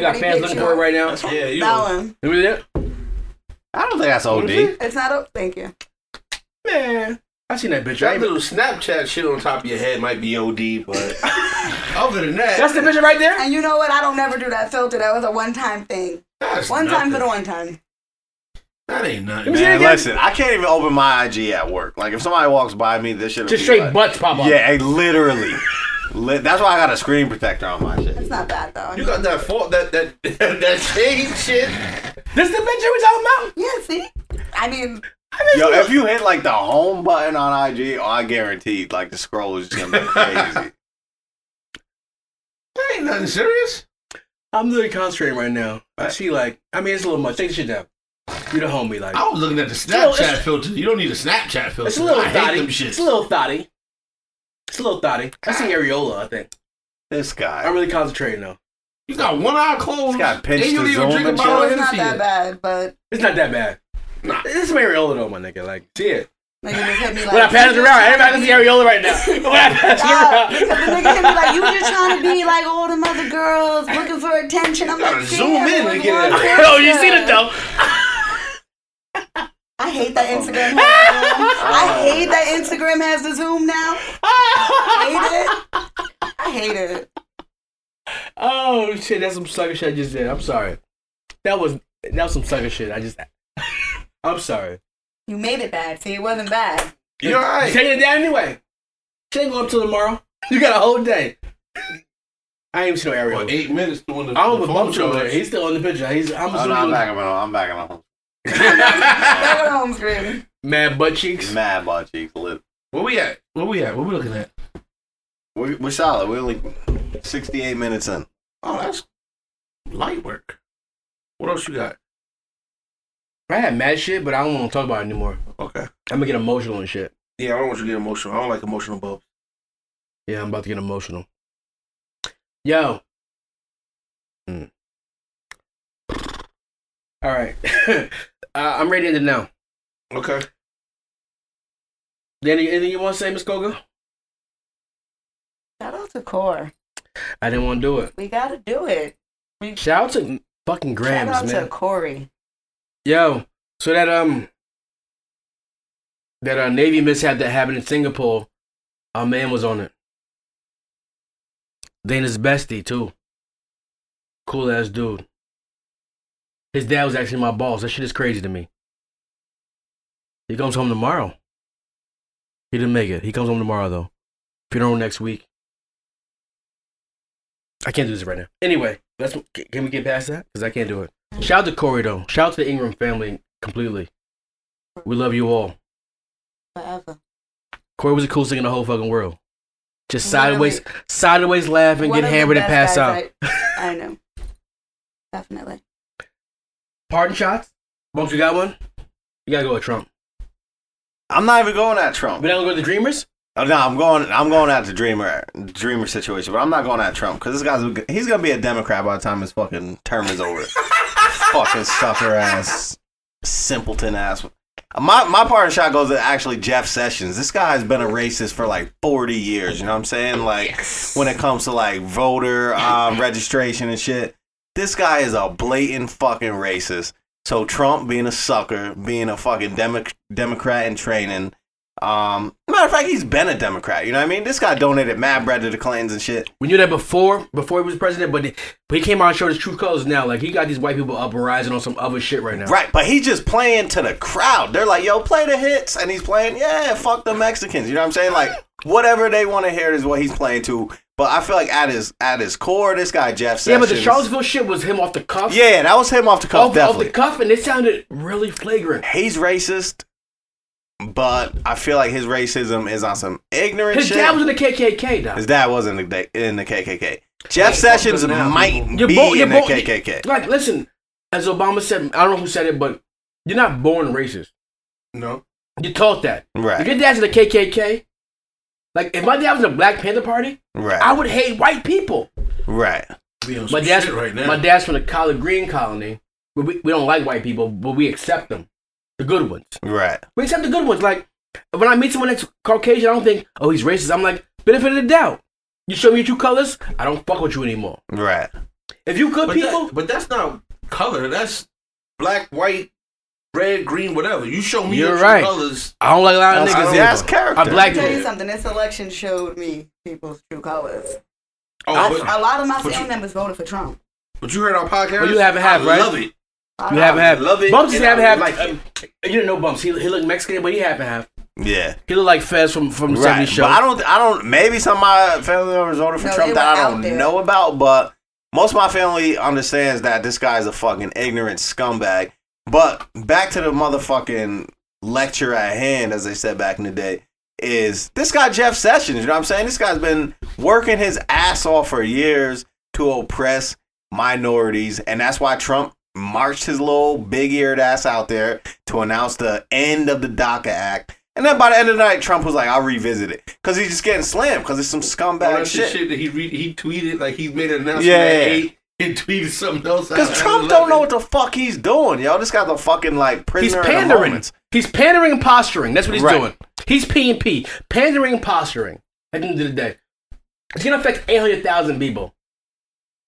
got many fans looking for pictures. it right now. yeah, you. That one. You really there? I don't think that's What is OD. it? It's not up. Thank you. Man, I seen that bitch. That Right? little Snapchat shit on top of your head might be OD, but other than that, That's the bitch right there. And you know what? I don't never do that filter. That was a one time thing. that's One time nothing. for the one time. That ain't nothing. me see it Man, again. listen, I can't even open my IG at work. Like if somebody walks by me, this shit Just straight butts pop up. Yeah, hey, literally. Li- that's why I got a screen protector on my shit. It's not bad though. You got that fault that that that shade shit. This the bitch you were talking about? yeah. See, I mean, Yo, if you hit like the home button on IG, oh, I guarantee like the scroll is just gonna be crazy. That ain't nothing serious. I'm literally concentrating right now. I see like, I mean, it's a little much. Take the shit down. You the homie, like. I was looking at the Still, Snapchat it's- filter. You don't need a Snapchat filter. It's a little I hate thotty. them shits. It's a little thotty. It's a little thotty. That's an areola, I think. this I'm guy. really concentrating though. You got one eye closed. It's got pinched and you don't to even zoom drink a and Oh, bottle well, of it's not Hennessy that yet. bad, but It's not that bad. Nah, it's some areola though, my nigga. Like, see it. Nigga just hit me like. When I pass it around, everybody can see areola right now. When I pass Dog, it the around. nigga hit me like, you just trying to be like all them other girls looking for attention. I'm Gotta like, zoom in damn, to with get one it. person. Oh, you seen it though. I hate that Instagram. Has the zoom. Oh. I hate that Instagram has the zoom now. I hate it. I hate it. Oh shit, that's some sucker shit I just did. I'm sorry. That was that was some sucker shit. I just I'm sorry. You made it bad. See, it wasn't bad. You're You alright. taking it down anyway. She ain't going up till tomorrow. You got a whole day. I ain't even see no areola. Well, eight minutes doing the, I don't the even phone bump over there. charge. He's still on the picture. He's I'm Oh, no, I'm assuming back on. I'm back on. Back on home screen. mad butt cheeks. Mad ball cheeks. Lit. Where we at? Where we at? What we looking at? We're, we're solid. We're only 68 minutes in. Oh, that's light work. What else you got? I had mad shit, but I don't want to talk about it anymore. Okay. I'm gonna get emotional and shit. Yeah, I don't want you to get emotional. I don't like emotional bulbs. Yeah, I'm about to get emotional. Yo. Mm. All right. uh, I'm ready to end it now. Okay. Danny, anything you want to say, Miss Koga? Shout out to Core. I didn't want to do it. We gotta do it. We Shout out to fucking Grams, shout out man. to Corey. Yo, so that um that uh Navy mishap that happened in Singapore, our man was on it. Dana's bestie too. Cool ass dude. His dad was actually my boss. That shit is crazy to me. He comes home tomorrow. He didn't make it. He comes home tomorrow though. Funeral next week. I can't do this right now. Anyway, that's what- can- can we get past that? Because I can't do it. Shout out to Corey though. Shout out to the Ingram family completely. We love you all. Forever. Corey was the coolest thing in the whole fucking world. Just Literally. sideways, sideways laugh and One get of the hammered and best pass out. guys I, I know. Definitely. Pardon shots? Bumps, you got one? You gotta go with Trump. I'm not even going at Trump. We not gonna go to the Dreamers? Oh, no, I'm going. I'm going at the dreamer, dreamer situation, but I'm not going at Trump because this guy's he's gonna be a Democrat by the time his fucking term is over. fucking sucker ass, simpleton ass. My my partner shot goes to actually Jeff Sessions. This guy has been a racist for like 40 years. You know what I'm saying? Like when it comes to like voter um, registration and shit, this guy is a blatant fucking racist. So Trump being a sucker, being a fucking Demo- Democrat in training. Um, matter of fact, he's been a Democrat. You know what I mean? This guy donated mad bread to the Clintons and shit. We knew that before, before he was president, but, but he came out and showed his true colors now. Like, he got these white people uprising on some other shit right now. Right, but he's just playing to the crowd. They're like, yo, play the hits. And he's playing, yeah, fuck the Mexicans. You know what I'm saying? Like, whatever they want to hear is what he's playing to. But I feel like at his at his core, this guy, Jeff Sessions. Yeah, but the Charlottesville shit was him off the cuff. Yeah, that was him off the cuff, off, off definitely. the cuff, and it sounded really flagrant. he's racist, but I feel like his racism is on some ignorant His shit. dad was in the KKK, though. his dad was in the, da- in the KKK. Jeff fuck Sessions them now, might people. be bo- in bo- the KKK. Like, listen, as Obama said, I don't know who said it, but you're not born racist. No. You taught that. Right. If your dad's in the KKK, like, if my dad was in the Black Panther Party, right, I would hate white people. right. We on My some dad's shit right now. My dad's from the Collard Green colony. But we, we don't like white people, but we accept them, the good ones. Right. We accept the good ones. Like when I meet someone that's Caucasian, I don't think, oh, he's racist. I'm like, benefit of the doubt. You show me your true colors, I don't fuck with you anymore. Right. If you good but, people, that- but that's not color. That's black, white, red, green, whatever. You show me You're your true right. colors. I don't like a lot of That's- niggas. that's either. character. I'm black. Let me tell you dude. something. This election showed me people's true colors. Oh, but, A lot of my But family you- members voted for Trump. but you heard our podcast. Well, you haven't had, I right? Love it. I You haven't had love it, bumps. Is and haven't I had. like um, you didn't know bumps. He, he looked Mexican, but he haven't have. Yeah. He looked like Fez from from the Right. 70s show. But I don't. I don't. Maybe some of my family members voted for No, Trump they that were I out don't there. know about, but most of my family understands that this guy's a fucking ignorant scumbag. But back to the motherfucking lecture at hand, as they said back in the day, is this guy Jeff Sessions? You know what I'm saying? This guy's been working his ass off for years to oppress minorities, and that's why Trump marched his little big-eared ass out there to announce the end of the DACA Act. And then by the end of the night, Trump was like, "I'll revisit it," because he's just getting slammed because it's some All scumbag that shit. shit. shit that he re- he tweeted like he made an announcement Yeah. at eight and tweeted something else. I- I Because Trump love don't know it. what the fuck he's doing, yo. This guy's a fucking like He's prisoner. in the pandering. moment. He's pandering and posturing. That's what he's Right. doing. He's P and P, pandering and posturing. At the end of the day, it's gonna affect eight hundred thousand people.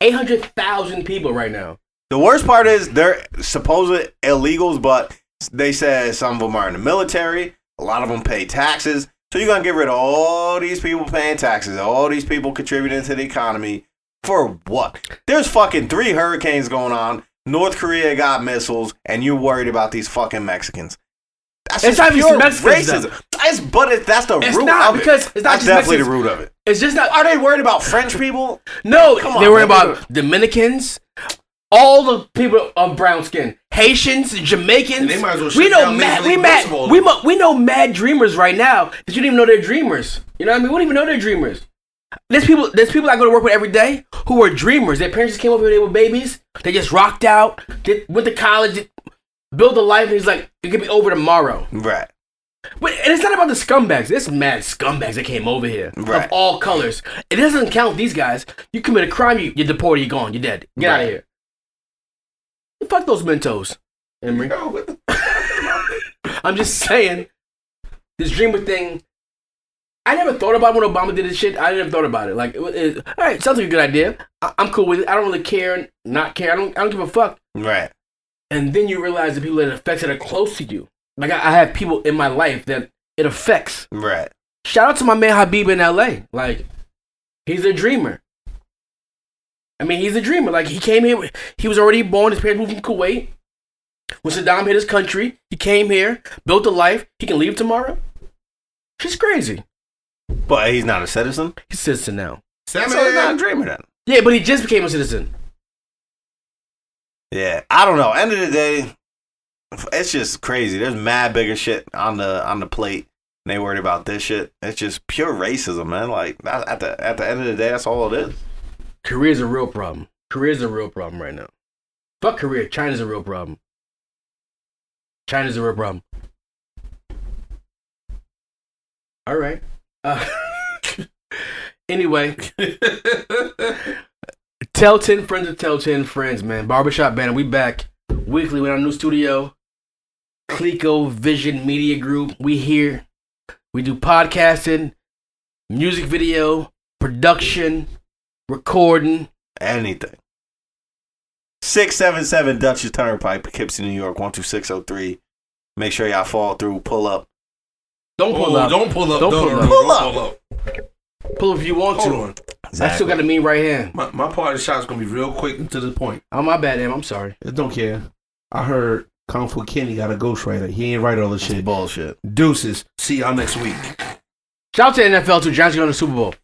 Eight hundred thousand people right now. The worst part is they're supposed illegals, but they said some of them are in the military. A lot of them pay taxes. So you're gonna get rid of all these people paying taxes, all these people contributing to the economy for what? There's fucking three hurricanes going on. North Korea got missiles, and you're worried about these fucking Mexicans. That's It's just not just pure Mexicans, though. racism. It's, but it, that's the It's root not, of because it. it's not that's just definitely Mexicans. the root of it. It's just not. Are they worried about French people? No, Come on, they worry man. about Dominicans, all the people of brown skin, Haitians, Jamaicans. They might as well shut we know down mad, Major we League mad, Baseball. we, mu- we know mad dreamers right now that you don't even know they're dreamers. You know what I mean? We don't even know they're dreamers. There's people, there's people I go to work with every day who are dreamers. Their parents just came over when they were babies. They just rocked out, did, went to college, did- built a life. And it's like it could be over tomorrow. Right. But and it's not about the scumbags. It's mad scumbags that came over here Right. of all colors. It doesn't count these guys. You commit a crime, you, you're deported, you're gone, you're dead. Get out of Right. here. Fuck those Mentos, Emery. Yo, what the- I'm just saying, this dreamer thing. I never thought about when Obama did this shit. I never thought about it. Like, it, was- it, all right, sounds like a good idea. I, I'm cool with it. I don't really care, not care. I don't. I don't give a fuck. Right. And then you realize the people that it affects that are close to you. Like, I, I have people in my life that it affects. Right. Shout out to my man Habib in LA. Like, he's a dreamer. I mean, he's a dreamer. Like he came here, with- he was already born. His parents moved from Kuwait. When Saddam hit his country, he came here, built a life. He can leave tomorrow. She's crazy. But he's not a citizen. He's a citizen now. Sam So he's not a Elliott. dreamer then. Yeah, but he just became a citizen. Yeah, I don't know. End of the day, it's just crazy. There's mad bigger shit on the on the plate. And they worried about this shit. It's just pure racism, man. Like that- at the at the end of the day, that's all it is. Korea's a real problem. Korea's a real problem right now. Fuck Korea. China's a real problem. China's a real problem. All right. Uh, anyway, tell ten friends to tell ten friends, man. Barbershop Banner, we back weekly with our new studio, Clico Vision Media Group. We here. We do podcasting, music video, production, recording. Anything. Six seven seven Dutchess Turnpike, Poughkeepsie, New York one two six zero three. Make sure y'all fall through. Pull up. Don't pull Oh, up. Don't pull up. Don't no, pull no, up. no, Pull don't up. pull up. Pull if you want Hold to. on. I still got a mean right hand. My, my part of the shot's gonna be real quick and to the point. Oh my bad, damn. I'm sorry. I don't care. I heard Kung Fu Kenny got a ghostwriter. He ain't write all this shit. bullshit. Deuces. See y'all next week. Shout out to NFL too. Giants going to the Super Bowl.